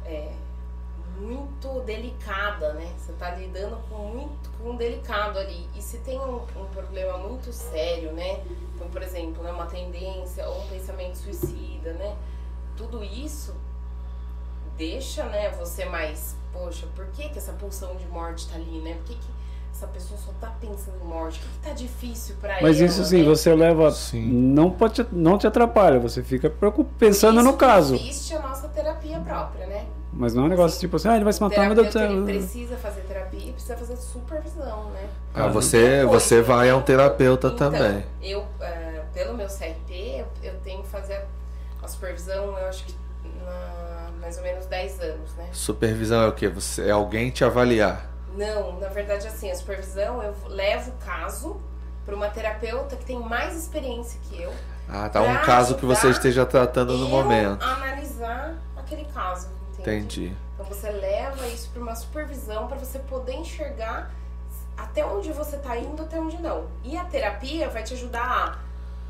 S4: é, muito delicada, né? Você tá lidando com muito com um delicado ali. E se tem um, um problema muito sério, né? Então, por exemplo, né, uma tendência ou um pensamento suicida, né? Tudo isso deixa, né, você mais, poxa, por que que essa pulsão de morte tá ali, né? Por que que essa pessoa só tá pensando em morte? O que, que tá difícil pra
S1: Mas
S4: ela?
S1: isso sim,
S4: né?
S1: você leva.
S2: Sim.
S1: Não, pode, te- não te atrapalha, você fica preocup- pensando
S4: Isso
S1: tá no caso.
S4: Existe a nossa terapia própria, né?
S1: Mas não é um negócio tipo assim, ah, ele vai se matar, meu
S4: terapeuta,
S1: Deus do
S4: ele
S1: céu.
S4: precisa fazer terapia e precisa fazer supervisão, né?
S2: Ah, você,
S4: Depois,
S2: você vai a um terapeuta
S4: Então,
S2: também.
S4: Eu, ah, pelo meu CRP, eu, eu tenho que fazer a supervisão, eu acho que na, mais ou menos 10 anos, né?
S2: Supervisão é o quê? Você, é alguém te avaliar.
S4: Não, na verdade, assim, a supervisão, eu levo o caso para uma terapeuta que tem mais experiência que eu.
S2: Ah, tá. Um
S4: Pra
S2: caso que você
S4: ajudar
S2: esteja tratando um no
S4: eu
S2: momento.
S4: analisar aquele caso, entende?
S2: Entendi.
S4: Então você leva isso para uma supervisão para você poder enxergar até onde você tá indo, até onde não. E a terapia vai te ajudar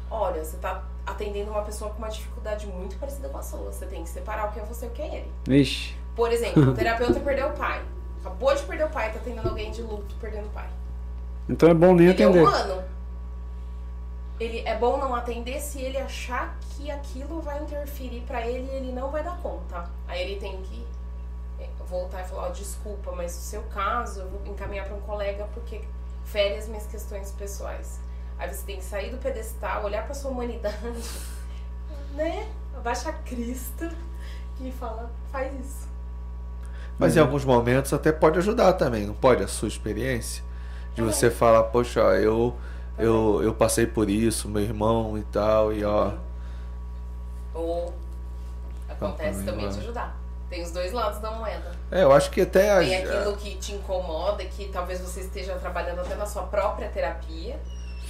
S4: a, olha, você tá atendendo uma pessoa com uma dificuldade muito parecida com a sua. Você tem que separar o que é você e o que é ele.
S1: Vixe.
S4: Por exemplo, o terapeuta perdeu o pai. Acabou de perder o pai, tá atendendo alguém de luto, perdendo o pai.
S1: Então é bom nem
S4: Ele é
S1: atender.
S4: humano. Ele é bom não atender se ele achar que aquilo vai interferir pra ele e ele não vai dar conta. Aí ele tem que é, voltar e falar, ó, desculpa, mas o seu caso eu vou encaminhar pra um colega porque fere as minhas questões pessoais. Aí você tem que sair do pedestal, olhar pra sua humanidade, né? Abaixar Cristo e fala, faz isso.
S2: Mas em alguns momentos até pode ajudar também, não pode? A sua experiência? De você falar, poxa, ó, eu, eu, eu passei por isso, meu irmão e tal, e ó.
S4: Ou acontece
S2: Também
S4: também
S2: vai.
S4: de ajudar. Tem os dois lados da moeda.
S2: É, eu acho que até. a-
S4: Tem aquilo que te incomoda, que talvez você esteja trabalhando até na sua própria terapia.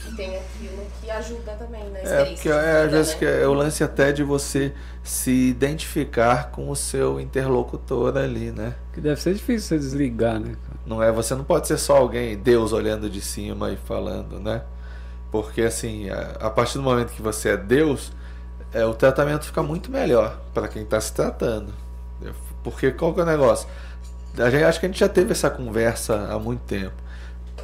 S4: E tem aquilo que ajuda também na
S2: É,
S4: experiência.
S2: porque
S4: de
S2: é, às
S4: vida,
S2: vezes
S4: né?
S2: que é o lance até de você se identificar com o seu interlocutor ali, né?
S1: Que deve ser difícil você desligar, né? cara?
S2: Não é, você não pode ser só alguém, Deus olhando de cima e falando, né? Porque assim, a, a partir do momento que você é Deus, é, o tratamento fica muito melhor para quem está se tratando. Eu- Porque qual que é o negócio? A gente, acho que a gente já teve essa conversa há muito tempo.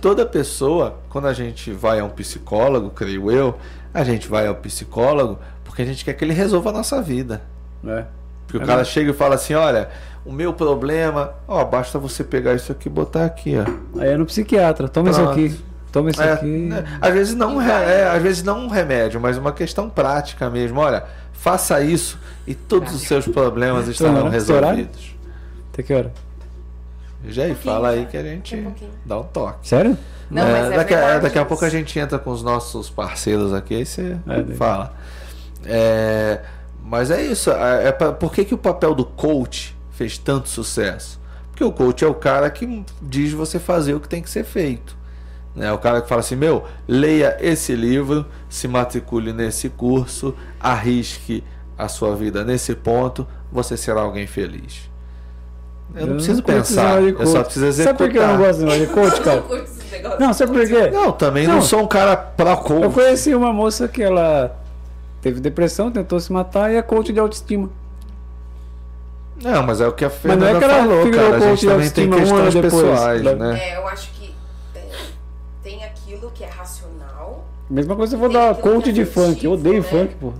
S2: Toda pessoa, quando a gente vai a um psicólogo, creio eu, a gente vai ao psicólogo porque a gente quer que ele resolva a nossa vida.
S1: É.
S2: Porque
S1: É
S2: o cara
S1: mesmo.
S2: chega e fala assim, olha, o meu problema, ó, basta você pegar isso aqui e botar aqui, ó.
S1: Aí é no psiquiatra, toma isso
S2: Pronto.
S1: aqui. Toma isso
S2: É,
S1: aqui.
S2: né? Às vezes não um re- é, às vezes não um remédio, mas uma questão prática mesmo. Olha, faça isso e todos os seus problemas estarão
S1: Uhum.
S2: resolvidos.
S1: Até que hora?
S2: Já aí,
S4: Um pouquinho,
S2: fala aí
S4: já.
S2: que a gente
S4: Daqui a pouquinho.
S2: dá um toque.
S1: Sério?
S4: Não,
S2: É,
S4: mas é
S2: daqui, a-
S4: verdade
S2: daqui a
S4: isso.
S2: pouco a gente entra com os nossos parceiros aqui, aí você
S1: É, daí.
S2: fala. É, mas é isso. É, é pra- por que, que o papel do coach fez tanto sucesso? Porque o coach é o cara que diz você fazer o que tem que ser feito. Né? O cara que fala assim: meu, leia esse livro, se matricule nesse curso, arrisque a sua vida nesse ponto, você será alguém feliz. Eu não preciso
S1: curto esse
S2: pensar,
S1: negócio de
S2: eu só
S1: coach.
S2: preciso
S1: Sabe
S2: executar.
S1: por que eu não gosto de de coach,
S4: Eu
S1: cara?
S4: curto esses negócios.
S1: Não, sabe por quê?
S2: Não, também não,
S1: Não.
S2: sou um cara pra coach.
S1: Eu conheci uma moça que ela teve depressão, tentou se matar e é coach de autoestima.
S2: Não, mas é o que a
S1: não é
S2: Fernanda
S1: que ela
S2: falou,
S1: virou
S2: cara. A
S1: coach
S2: gente
S1: de
S2: também tem
S1: autoestima um
S2: questões
S1: ano depois,
S2: pessoais,
S1: né?
S2: né?
S4: É, eu acho que tem, tem aquilo que é racional.
S1: Mesma coisa eu vou dar
S4: Tem
S1: coach
S4: que
S1: de
S4: ter
S1: funk. Eu odeio
S4: objetivo,
S1: funk, pô.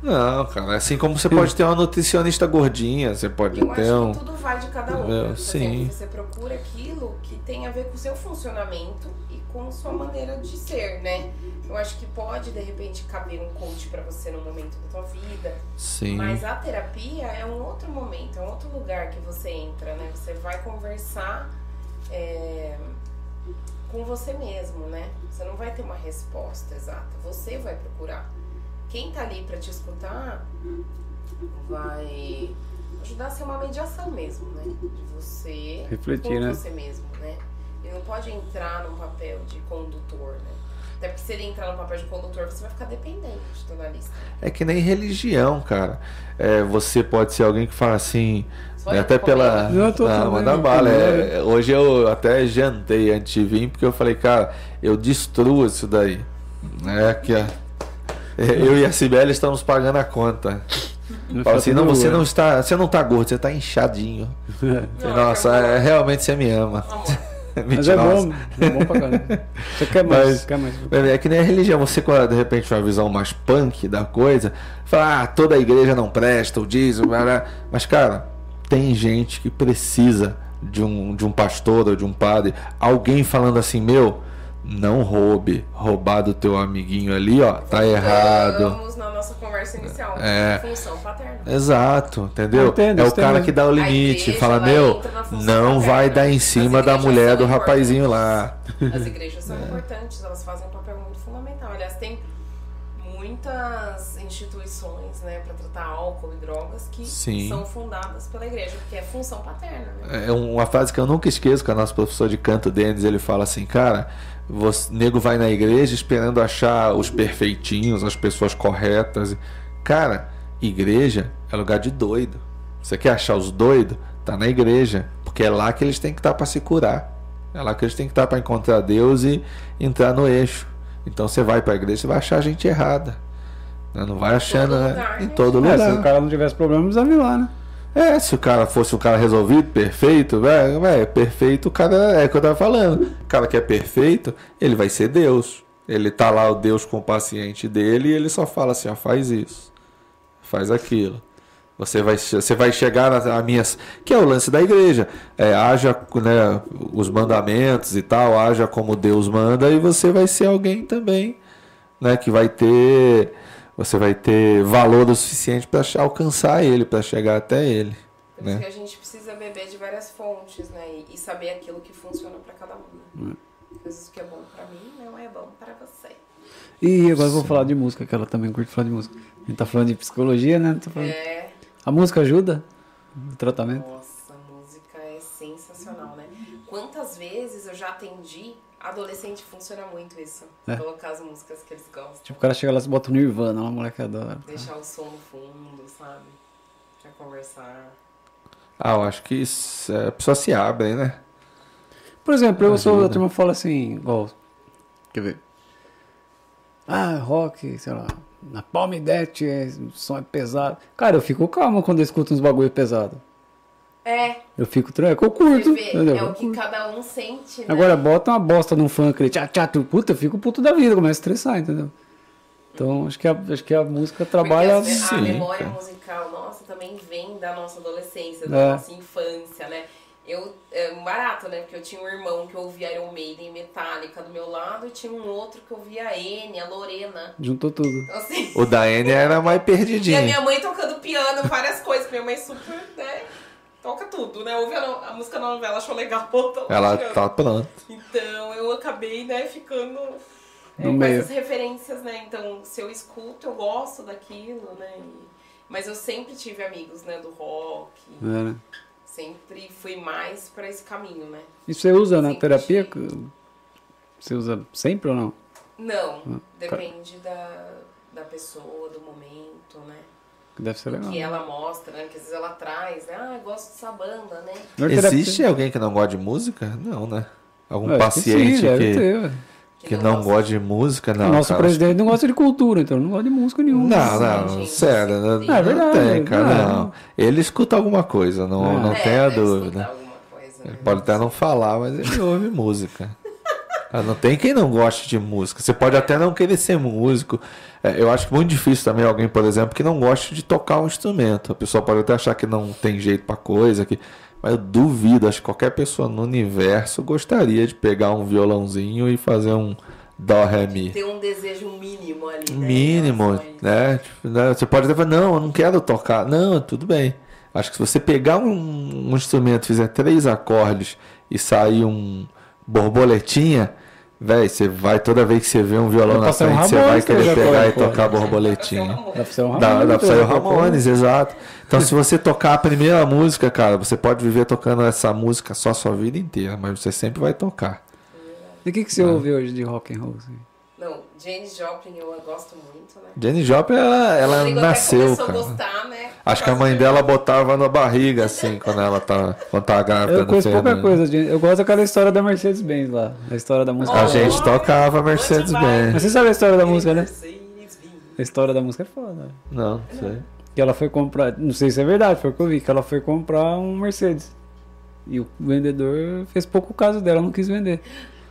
S2: Não, cara. Assim como você pode ter uma nutricionista gordinha, você pode
S4: Eu
S2: ter um...
S4: acho que tudo vai de cada um.
S2: Eu-
S4: Por
S2: sim.
S4: exemplo, Você procura aquilo que tem a ver com o seu funcionamento e com sua maneira de ser, né? Eu acho que pode, de repente, caber um coach pra você no momento da tua vida.
S2: Sim.
S4: Mas a terapia é um outro momento, é um outro lugar que você entra, né? Você vai conversar é, com você mesmo, né? Você não vai ter uma resposta exata. Você vai procurar. Quem tá ali para te escutar vai ajudar a ser uma mediação mesmo, né? De você
S1: Refletir,
S4: com
S1: né?
S4: você mesmo, né? Ele não pode entrar num papel de condutor, né? Até porque se ele entrar no papel de condutor, você vai ficar dependente do analista.
S2: É que nem religião, cara. É, você pode ser alguém que fala assim.
S4: Só
S2: né,
S4: eu
S2: até
S4: tô
S2: pela.
S1: comendo. Eu tô
S2: Ah,
S1: também,
S2: manda
S1: meu
S2: bala.
S1: filho.
S2: é, hoje eu até jantei antes de vir, porque eu falei, cara, eu destruo isso daí. É que a- Eu e a Sibeli estamos pagando a conta.
S1: tá
S2: Fala assim, não, você não está. Você não tá gordo, você está inchadinho.
S4: Não,
S2: Nossa,
S4: eu-
S2: é, realmente você me ama.
S4: Amor,
S1: Mas é
S2: Mentirosa.
S1: bom, é bom pra caramba. Você quer mais,
S2: né? Mas-
S1: quer mais.
S2: É que nem a religião, você quando de repente tem uma visão mais punk da coisa, fala, ah, toda a igreja não presta, o dízimo, blá, blá." mas cara, tem gente que precisa de um, de um pastor ou de um padre, alguém falando assim, meu, não roube, roubar do teu amiguinho ali, ó, tá errado.
S4: Estamos na nossa conversa inicial.
S2: É.
S4: Função paterna.
S2: Exato, entendeu?
S1: Eu entendo,
S2: é o
S1: isso tem um-
S2: cara
S1: mesmo.
S2: que dá o
S4: A
S2: limite,
S4: igreja,
S2: fala,
S4: ela
S2: meu,
S4: entra na né? função
S2: não vai
S4: paterna.
S2: dar em cima
S4: As
S2: da
S4: igrejas
S2: mulher
S4: são
S2: do rapazinho lá.
S4: As igrejas são importantes, elas fazem um papel muito fundamental. Aliás, tem muitas instituições, né, para tratar álcool e drogas que
S2: Sim.
S4: são fundadas pela igreja, porque é função paterna, né?
S2: É uma frase que eu nunca esqueço, que o nosso professor de canto, Denis, ele fala assim, cara, você, nego vai na igreja esperando achar os perfeitinhos, as pessoas corretas. Cara, igreja é lugar de doido. Você quer achar os doidos? Tá na igreja, porque é lá que eles têm que estar para se curar. É lá que eles têm que estar para encontrar Deus e entrar no eixo. Então você vai para a igreja, você vai achar gente errada. né? Não vai achando
S4: todo
S2: né?
S4: lugar,
S2: em
S4: né?
S2: todo
S1: É,
S2: lugar.
S1: se o cara não tivesse problema, precisava ir lá, né?
S2: É, se o cara fosse um cara resolvido, perfeito, velho, velho, perfeito, o cara é o que eu tava falando. O cara que é perfeito, ele vai ser Deus. Ele tá lá, o Deus com o paciente dele, e ele só fala assim, ó, faz isso, faz aquilo. Você vai, che- você vai chegar na, na minha. Que é o lance da igreja. É, haja né, os mandamentos e tal, haja como Deus manda, e você vai ser alguém também né, que vai ter você vai ter valor o suficiente para alcançar ele, para chegar até ele.
S4: Por isso
S2: Né?
S4: que a gente precisa beber de várias fontes, né? E, e saber aquilo que funciona para cada um. Né? Às vezes o que é bom para mim não é bom para você.
S1: E agora eu vou falar de música, que ela também curte falar de música. A gente tá falando de psicologia, né? Tá falando-
S4: É.
S1: A música ajuda no tratamento?
S4: Nossa, a música é sensacional, né? Quantas vezes eu já atendi, adolescente funciona muito isso.
S1: É.
S4: Colocar as músicas que eles gostam,
S1: Tipo, o cara chega lá e bota o Nirvana, uma moleque adora.
S4: deixar o som no fundo, sabe? Pra conversar.
S2: Ah, eu acho que isso, é, a pessoa se abre, né?
S1: Por exemplo, eu sou, a
S2: Ajuda.
S1: turma fala assim, igual, quer ver? Ah, rock, sei lá, na Palmidete, é, o som é pesado. Cara, eu fico calmo quando eu escuto uns bagulho pesado.
S4: É,
S1: Eu fico tranquilo, é que eu
S4: você
S1: curto,
S4: vê,
S1: entendeu?
S4: é
S1: Eu
S4: o que
S1: curto.
S4: cada um sente, né?
S1: Agora, bota uma bosta num funk, ele tchá, tchá, tu, puta, eu fico puto da vida, começa a estressar, entendeu? Então, acho que a, acho que a música
S4: Porque
S1: trabalha... assim,
S4: as- a,
S2: Sim,
S4: memória
S2: cara.
S4: musical nossa também vem da nossa adolescência,
S1: É.
S4: da nossa infância, né? Eu, é um barato, né? Porque eu tinha um irmão que ouvia Iron Maiden e Metallica do meu lado e tinha um outro que ouvia a N, a Lorena.
S1: Juntou tudo.
S4: Então, assim,
S2: O da N era mais
S4: E a
S2: perdidinho.
S4: É, minha mãe tocando piano, várias coisas. Minha mãe super, né? Toca tudo, né? Ouve a, no- a música na novela, achou legal. Então,
S2: Ela
S4: tirando.
S2: tá pronta.
S4: Então, eu acabei, né, ficando é,
S1: No
S4: com
S1: meio.
S4: essas referências, né? Então, se eu escuto, eu gosto daquilo, né? E- Mas eu sempre tive amigos, né, do rock.
S1: É, né?
S4: Sempre fui mais pra esse caminho, né?
S1: E você usa na
S4: Sim,
S1: terapia?
S4: sim.
S1: Você usa sempre ou não?
S4: Não,
S1: tá.
S4: depende da, da pessoa, do momento, né?
S1: Que deve ser legal.
S4: Que ela mostra, né? Que às vezes ela traz, né? Ah, eu gosto dessa banda, né?
S1: Não é terapia.
S2: Existe alguém que não gosta de música? Não, né? Algum
S1: Ué,
S2: paciente
S1: É, sim, deve
S2: que,
S1: ter, ué.
S2: que, não gosta de música? Não,
S1: Nosso
S2: cara,
S1: presidente não gosta de cultura, então não gosta de música nenhuma.
S2: Não, não,
S4: Gente,
S2: sério, não,
S4: sim.
S2: não
S1: É verdade,
S2: tem, cara,
S1: não.
S2: não. Ele escuta alguma coisa, não,
S1: É.
S2: não
S4: É,
S2: tenha
S4: deve escutar
S2: dúvida.
S4: alguma coisa,
S2: Ele
S4: né?
S2: pode até não falar, mas ele ouve música. Ah, Não tem quem não goste de música. Você pode até não querer ser músico. É, eu acho muito difícil também alguém, por exemplo, que não goste de tocar um instrumento. A pessoa pode até achar que não tem jeito pra coisa, que... mas eu duvido. Acho que qualquer pessoa no universo gostaria de pegar um violãozinho e fazer um dó, ré, mi.
S4: Ter um desejo mínimo ali, né? em
S2: Mínimo,
S4: relação a isso.
S2: né? Tipo, né? Você pode até falar, não, eu não quero tocar. Não, tudo bem. Acho que se você pegar um, um instrumento, fizer três acordes e sair um borboletinha, Véi, você vai toda vez que você vê um
S1: Dá
S2: violão
S1: pra
S2: na
S1: ser um
S2: frente, você vai
S1: Ramones que
S2: querer
S1: eu já
S2: pegar e
S1: coloco.
S2: tocar a borboletinha.
S1: Dá pra ser um
S2: Dá,
S1: Ramones,
S2: dá pra sair o
S1: eu já coloco.
S2: Ramones, exato. Então, se você tocar a primeira música, cara, você pode viver tocando essa música só a sua vida inteira, mas você sempre vai tocar.
S1: E o que,
S2: É.
S1: que você ouve hoje de rock and roll? assim?
S3: Não, Janis Então, Joplin eu gosto muito, né?
S2: Jenny Joplin, ela, ela
S3: Rodrigo
S4: é
S3: até
S2: nasceu,
S3: começou a
S2: cara.
S3: gostar, né?
S2: Acho que a mãe dela botava na barriga, assim, quando ela tá, quando tá grávida.
S1: Eu
S2: do
S1: conheço pouca
S2: Fernando.
S1: coisa, gente. Eu gosto daquela história da Mercedes-Benz lá. A história da música.
S2: A gente tocava
S1: Mas
S2: Mercedes-Benz.
S1: você sabe a história da música, né?
S3: Mercedes Benz.
S1: A história da música é foda.
S2: Não, não sei.
S1: Que ela foi comprar, não sei se é verdade, foi o que eu vi, que ela foi comprar um Mercedes. E o vendedor fez pouco caso dela, não quis vender.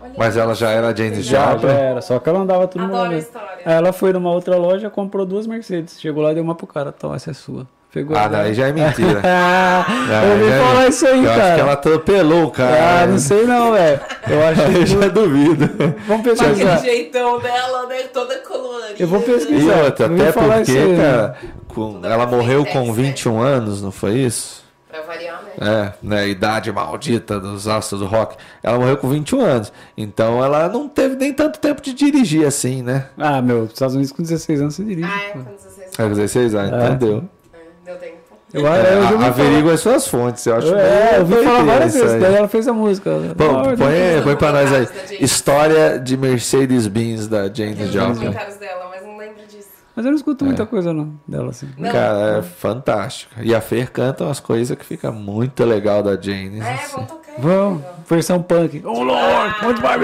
S3: Olha
S2: Mas ela já era Jenny
S1: Já, já
S2: Joplin.
S1: era, só que ela andava tudo
S3: Adoro a
S1: no
S3: história.
S1: Aí ela foi numa outra loja, comprou duas Mercedes. Chegou lá e deu uma pro cara, toma, essa é sua. Pegou
S2: Ah,
S1: a dela.
S2: daí já é mentira.
S1: Ah, eu ouvi
S2: já é-
S1: falar isso aí,
S2: eu Acho
S1: cara.
S2: que ela é. atropelou o cara.
S1: Ah, não sei não, velho. Eu acho
S2: Eu já duvido.
S1: Vamos
S3: Aquele
S1: pesquisar.
S3: jeitão dela, né? Toda colorida.
S1: Eu vou
S2: E
S1: pesquisar.
S2: outra,
S1: Eu é, ouvi
S2: até
S1: falar isso
S2: porque,
S1: aí,
S2: cara, com- ela morreu com
S3: Né?
S2: 21 anos, não foi isso?
S3: Pra variar, né?
S2: É, né? Idade maldita dos astros do rock. Ela morreu com 21 anos. Então ela não teve nem tanto tempo de dirigir assim, né?
S1: Ah, meu, nos Estados Unidos com 16 anos você dirige.
S3: Ah, é,
S1: pô.
S3: com 16
S2: É, 16 anos,
S1: É.
S2: entendeu?
S3: É, Deu tempo.
S1: Eu, eu,
S2: É,
S1: eu,
S2: a-
S1: ouvi falar-
S2: averigua as suas fontes, eu acho.
S1: É,
S2: meio
S1: eu ouvi falar
S2: doideira
S1: várias
S2: isso
S1: vezes.
S2: aí.
S1: Daí é ela fez a música.
S2: Pô,
S1: Ah,
S2: põe, põe pra nós aí.
S3: Da Jane.
S2: História de Mercedes-Benz da Jane
S3: Eu vi os
S2: Joplin.
S3: comentários dela, mas não lembro disso.
S1: Mas eu não escuto
S2: É.
S1: muita coisa não, dela, assim.
S3: Não.
S2: Cara, é fantástica. E a Fer canta umas coisas que fica muito legal da Jane.
S3: É,
S2: assim.
S3: vamos tocar.
S1: Vamos, versão punk. Oh Lord, muito mais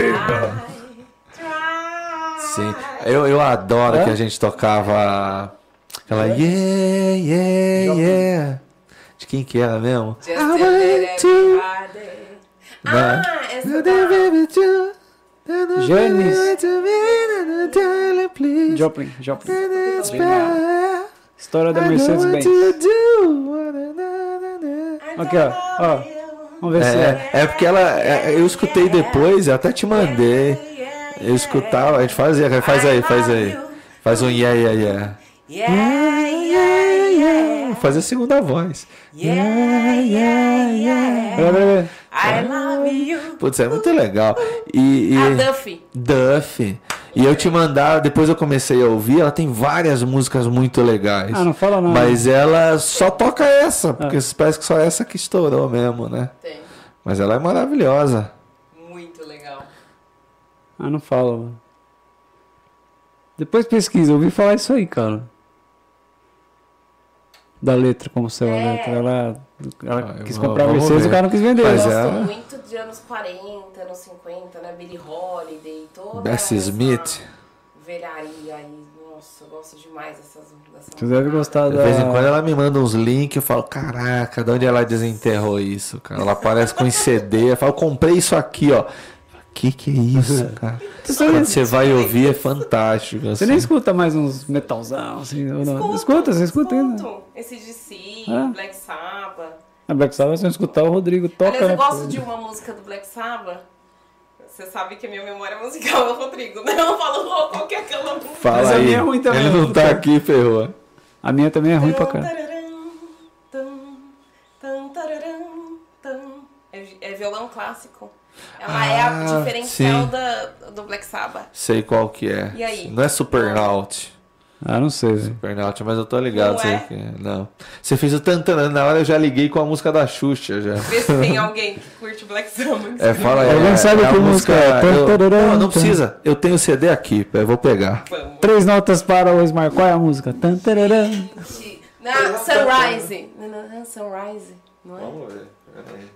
S2: Sim. Eu, eu adoro
S1: Hã?
S2: que a gente tocava aquela
S1: É?
S2: yeah, yeah, yeah. De quem que era mesmo?
S3: Just
S2: I
S3: a
S2: want
S3: little
S2: to-
S3: everybody.
S2: Né?
S3: Ah, essa da...
S1: Janis.
S2: Janis.
S1: Joplin, Joplin. História
S3: É
S1: da Mercedes-Benz. Aqui, ó, ó. Vamos ver se é.
S2: É, é porque ela. é- eu escutei depois, eu até te mandei. Eu escutava, a gente fazia, faz aí, faz aí. Faz um yeah, yeah, yeah.
S3: Yeah, yeah, yeah.
S2: Fazer a segunda voz.
S3: Yeah, yeah, yeah.
S1: Pera, pera, pera.
S3: I love you.
S2: Putz, é muito legal. E. e-
S3: A Duffy.
S2: Duff. E eu te mandava, depois eu comecei a ouvir, ela tem várias músicas muito legais.
S1: Ah, não fala Ah. não.
S2: Mas ela só toca essa, porque parece que só essa que estourou mesmo, né?
S3: Tem.
S2: Mas ela é maravilhosa.
S3: Muito legal.
S1: Ah, não fala, mano. Depois pesquisa, eu ouvi falar isso aí, cara. Da letra, como seu
S3: É.
S1: a letra. Ela, ela
S2: Ah, eu
S1: quis
S2: vou-
S1: comprar
S2: vamos
S1: Mercedes e
S2: ver.
S1: o cara não quis vender.
S2: Mas
S3: Gosto
S2: é-
S3: muito de anos 40, anos 50, né? Billie Holiday, toda
S2: Bessie
S3: essa
S2: Smith.
S3: Velharia aí. Nossa, eu gosto demais dessas... dessa
S1: Você deve gostar
S2: De
S1: da.
S2: vez em quando ela me manda uns links, eu falo, caraca, de onde ela desenterrou isso, cara? Ela aparece com um CD, eu falo, comprei isso aqui, ó. Que que é isso, cara? Quando você vai ouvir, é fantástico.
S1: Você
S2: Assim.
S1: nem escuta mais uns metalzão, assim, ou não? Escuta, você escuta ainda.
S3: Escuto. Esse DC,
S1: Ah.
S3: Black Sabbath.
S1: A Black Sabbath, se não escutar, o Rodrigo toca,
S3: Aliás,
S1: né?
S3: eu gosto de uma música do Black Sabbath. Você sabe que a minha memória musical é o Rodrigo, né? Eu falo "Oh, qual que é aquela música.
S1: Mas
S2: Fala
S1: a
S2: aí.
S1: minha é ruim também.
S2: Ele não tá aqui, ferrou.
S1: A minha também é ruim pra caralho.
S3: É vi- É violão clássico. Ela é a
S2: Ah,
S3: diferencial
S2: sim.
S3: da, do Black Sabbath.
S2: Sei qual que é.
S3: E aí?
S2: Não é Supernaut.
S1: Ah, não sei, velho.
S2: Supernaut, mas eu tô ligado.
S3: Não
S2: sei
S3: é?
S2: que Não. Você fez o tantanã, na hora eu já liguei com a música da Xuxa já.
S3: Vê se tem alguém que curte Black Sabbath.
S2: É, fala aí.
S1: Alguém
S2: é,
S1: sabe
S2: é a
S1: que música é?
S2: eu- Não, não precisa. Eu tenho o CD aqui, eu vou pegar.
S3: Vamos.
S1: Três notas para o Osmar. Qual é a música? Tan, tararã.
S4: Ah,
S3: Na Sunrise. Não, não, não, Sunrise, não é?
S2: Vamos ver.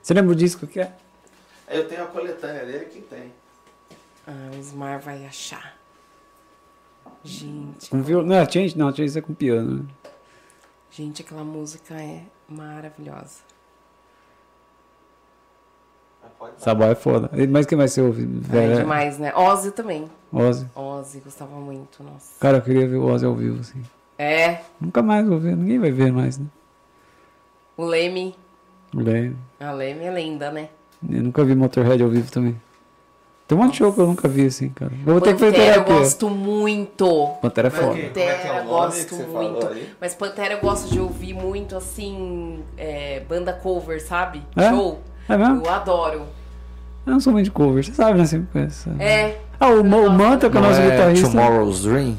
S1: Você lembra o disco que é?
S2: Eu tenho a coletânea dele que tem.
S3: Ah, o Osmar vai achar. Gente,
S1: Com viol... Não, Change? Não, Change é com piano. né?
S3: gente, aquela música é maravilhosa.
S1: Sabá é foda. E- Mas quem mais você ouve?
S3: É,
S1: Velho,
S3: demais, né? Ozzy também.
S1: é Ozzy.
S3: Ozzy, gostava muito, nossa.
S1: Cara, eu queria ver o Ozzy ao vivo, assim.
S3: É,
S1: Nunca mais vou ver. Ninguém vai ver mais, né?
S3: o Leme.
S1: Lembro.
S3: A Leme é lenda, né?
S1: Eu nunca vi Motorhead ao vivo também. Tem um monte de show que eu nunca vi, assim, cara. Eu vou ter que fazer
S3: Pantera eu
S1: terapia.
S3: gosto muito.
S1: Pantera é foda.
S2: Como é que é o
S3: Pantera, eu
S2: nome que
S3: gosto
S2: você falou
S3: muito.
S2: aí?
S3: Mas Pantera eu gosto de ouvir muito, assim, é, banda cover, sabe?
S1: É?
S3: Show.
S1: É mesmo?
S3: Eu adoro.
S1: Eu não sou muito de cover, você sabe, né? Você conhece.
S4: É.
S1: Ah, o, Ma- o Manta, que é o
S2: Não
S1: nosso
S2: é
S1: guitarrista.
S2: Tomorrow's Dream?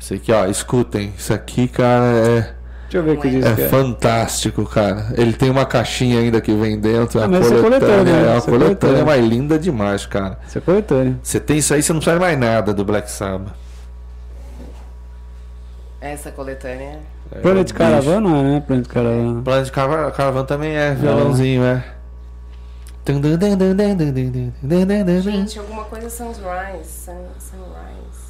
S2: Isso aqui, ó, escutem. Isso aqui, cara,
S1: Deixa eu ver o que
S4: Não é.
S1: diz
S2: é, é
S1: que é.
S2: fantástico, cara. Ele tem uma caixinha ainda que vem dentro. É
S1: Ah,
S2: uma
S1: mas isso é
S2: coletânea.
S1: coletânea,
S2: é uma
S1: isso é
S2: coletânea,
S1: coletânea.
S2: mas linda demais, cara.
S1: Isso é coletânea.
S2: Você tem isso aí, você não sai mais nada do Black Sabbath.
S4: Essa coletânea.
S2: É,
S1: Planet
S2: bicho.
S1: Caravan não é, né? Planet Caravan.
S2: Planet Caravan, Caravan também é violãozinho, é.
S4: Gente, alguma coisa Sunrise. Sun, sunrise.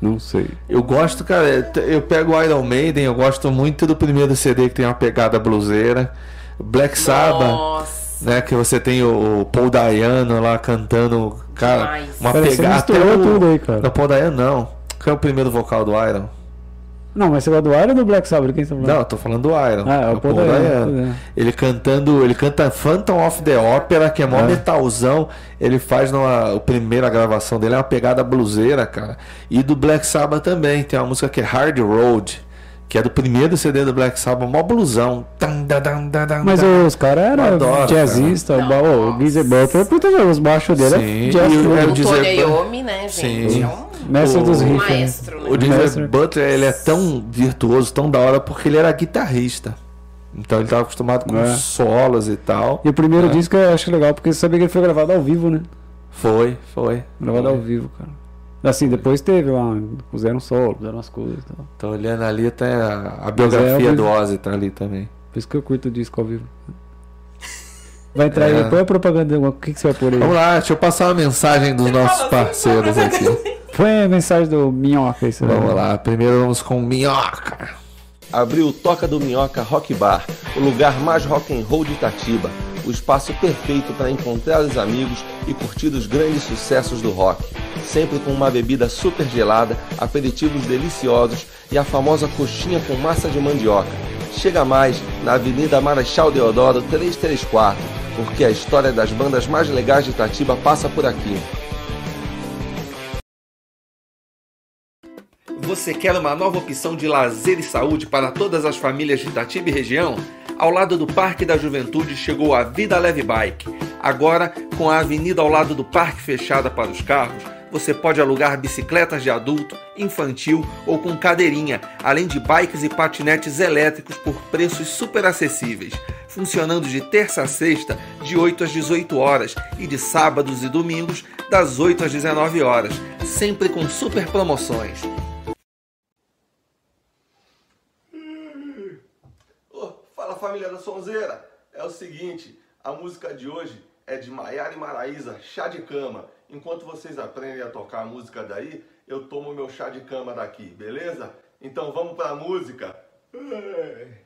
S1: Não sei.
S2: Eu gosto, cara, eu te- eu pego o Iron Maiden, eu gosto muito do primeiro CD que tem uma pegada bluseira. Black Sabbath,
S4: Nossa.
S2: né, que você tem o o Paul Dayano lá cantando, cara,
S4: Demais.
S2: uma
S1: Cara, você
S2: pegada até
S1: misturou
S2: É o-
S1: tudo aí, cara.
S2: Não, Paul Dayano não. Qual é o primeiro vocal do Iron?
S1: Não, mas você vai do Iron ou do Black Sabbath? Quem você tá
S2: Não,
S1: falando?
S2: eu tô falando do Iron.
S1: Ah, é o Paul é. Dayano, Paul Dayano.
S2: Ele cantando, ele canta Phantom of the Opera, que é mó
S1: É.
S2: metalzão. Ele faz numa. A primeira gravação dele é uma pegada bluseira, cara. E do Black Sabbath também, tem uma música que é Hard Road, que é do primeiro CD do Black Sabbath, mó blusão. Tan, dan, dan, dan, dan,
S1: Mas
S2: dan.
S1: os caras eram
S2: Adoro,
S1: jazzistas.
S4: cara.
S1: O Geezer Butler, puta, os baixos dele
S2: Sim,
S1: é jazz.
S2: e o-
S1: tudo.
S2: é
S4: O
S2: dizer-
S4: Tony Iommi, né, gente?
S2: Sim.
S4: É um
S1: Mestre dos
S2: o-
S1: riffs. né?
S4: maestro, né?
S2: O James
S1: Mestre.
S2: Butler, ele é tão virtuoso, tão da hora, porque ele era guitarrista. Então ele tava acostumado com
S1: É.
S2: solos e tal.
S1: E o primeiro
S2: É.
S1: disco eu acho legal, porque você sabia que ele foi gravado ao vivo, né?
S2: Foi, foi.
S1: Gravado ao vivo, cara. Assim, depois teve lá, puseram solo, puseram as coisas e tal.
S2: Tô olhando ali, tá a, a biografia
S1: Mas é,
S2: do Ozzy tá ali também.
S1: Por isso que eu curto o disco ao vivo. Vai entrar
S2: É.
S1: aí, põe a propaganda, o que, que você vai pôr aí?
S2: Vamos lá, deixa eu passar uma mensagem dos
S4: assim,
S2: nossos parceiros aqui.
S1: Põe a mensagem do Minhoca aí, você vai
S2: Vamos lá, primeiro vamos com minhoca.
S5: abriu o Toca do Minhoca Rock Bar, o lugar mais rock and roll de Itatiba, o espaço perfeito para encontrar os amigos e curtir os grandes sucessos do rock, sempre com uma bebida super gelada, aperitivos deliciosos e a famosa coxinha com massa de mandioca. Chega mais na Avenida Marechal Deodoro 334, porque a história das bandas mais legais de Itatiba passa por aqui.
S2: Você quer uma nova opção de lazer e saúde para todas as famílias de Itatiba e região? Ao lado do Parque da Juventude chegou a Vida Leve Bike. Agora, com a avenida ao lado do parque fechada para os carros, você pode alugar bicicletas de adulto, infantil ou com cadeirinha, além de bikes e patinetes elétricos por preços super acessíveis. Funcionando de terça a sexta, de 8 às 18 horas, e de sábados e domingos, das 8 às 19 horas, sempre com super promoções.
S5: Ô, fala família da Sonzeira! É o seguinte, a música de hoje é de Maiara e Maraíza, Chá de Cama. Enquanto vocês aprendem a tocar a música daí, eu tomo meu chá de cama daqui, beleza? Então vamos pra música! Ei.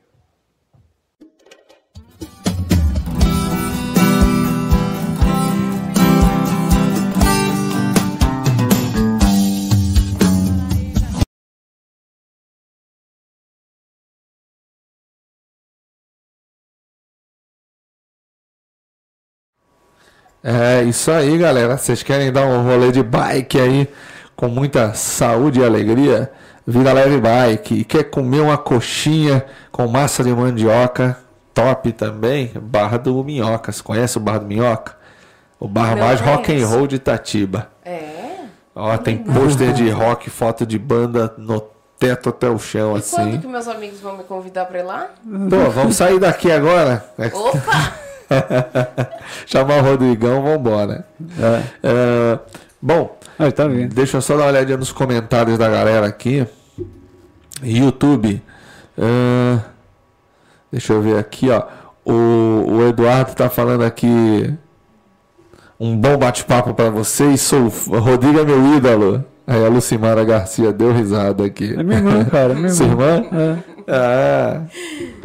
S2: É isso aí, galera. Vocês querem dar um rolê de bike aí com muita saúde e alegria? Vida Leve Bike. E quer comer uma coxinha com massa de mandioca? Top também. Barra do Minhoca. Você conhece o Barra do Minhoca? O barra
S4: Não
S2: mais rock and
S4: conheço.
S2: roll de Itatiba.
S4: É?
S2: Ó, tem pôster de rock, foto de banda no teto até o chão,
S4: E quando
S2: assim.
S4: que meus amigos vão me convidar pra ir lá?
S2: Pô, vamos sair daqui agora? É
S4: Opa!
S2: Chamar o Rodrigão, vambora.
S1: É.
S2: É, bom,
S1: Ah, tá vendo.
S2: Deixa eu só dar uma olhadinha nos comentários da galera aqui. YouTube. Ahn, deixa eu ver aqui, ó. O, o Eduardo tá falando aqui. Um bom bate-papo pra vocês. Sou o F- Rodrigo é meu ídolo. Aí a Lucimara Garcia deu risada aqui.
S1: É minha irmã, cara, é minha
S2: Sua
S1: irmã.
S2: irmã?
S1: É,
S2: Ah.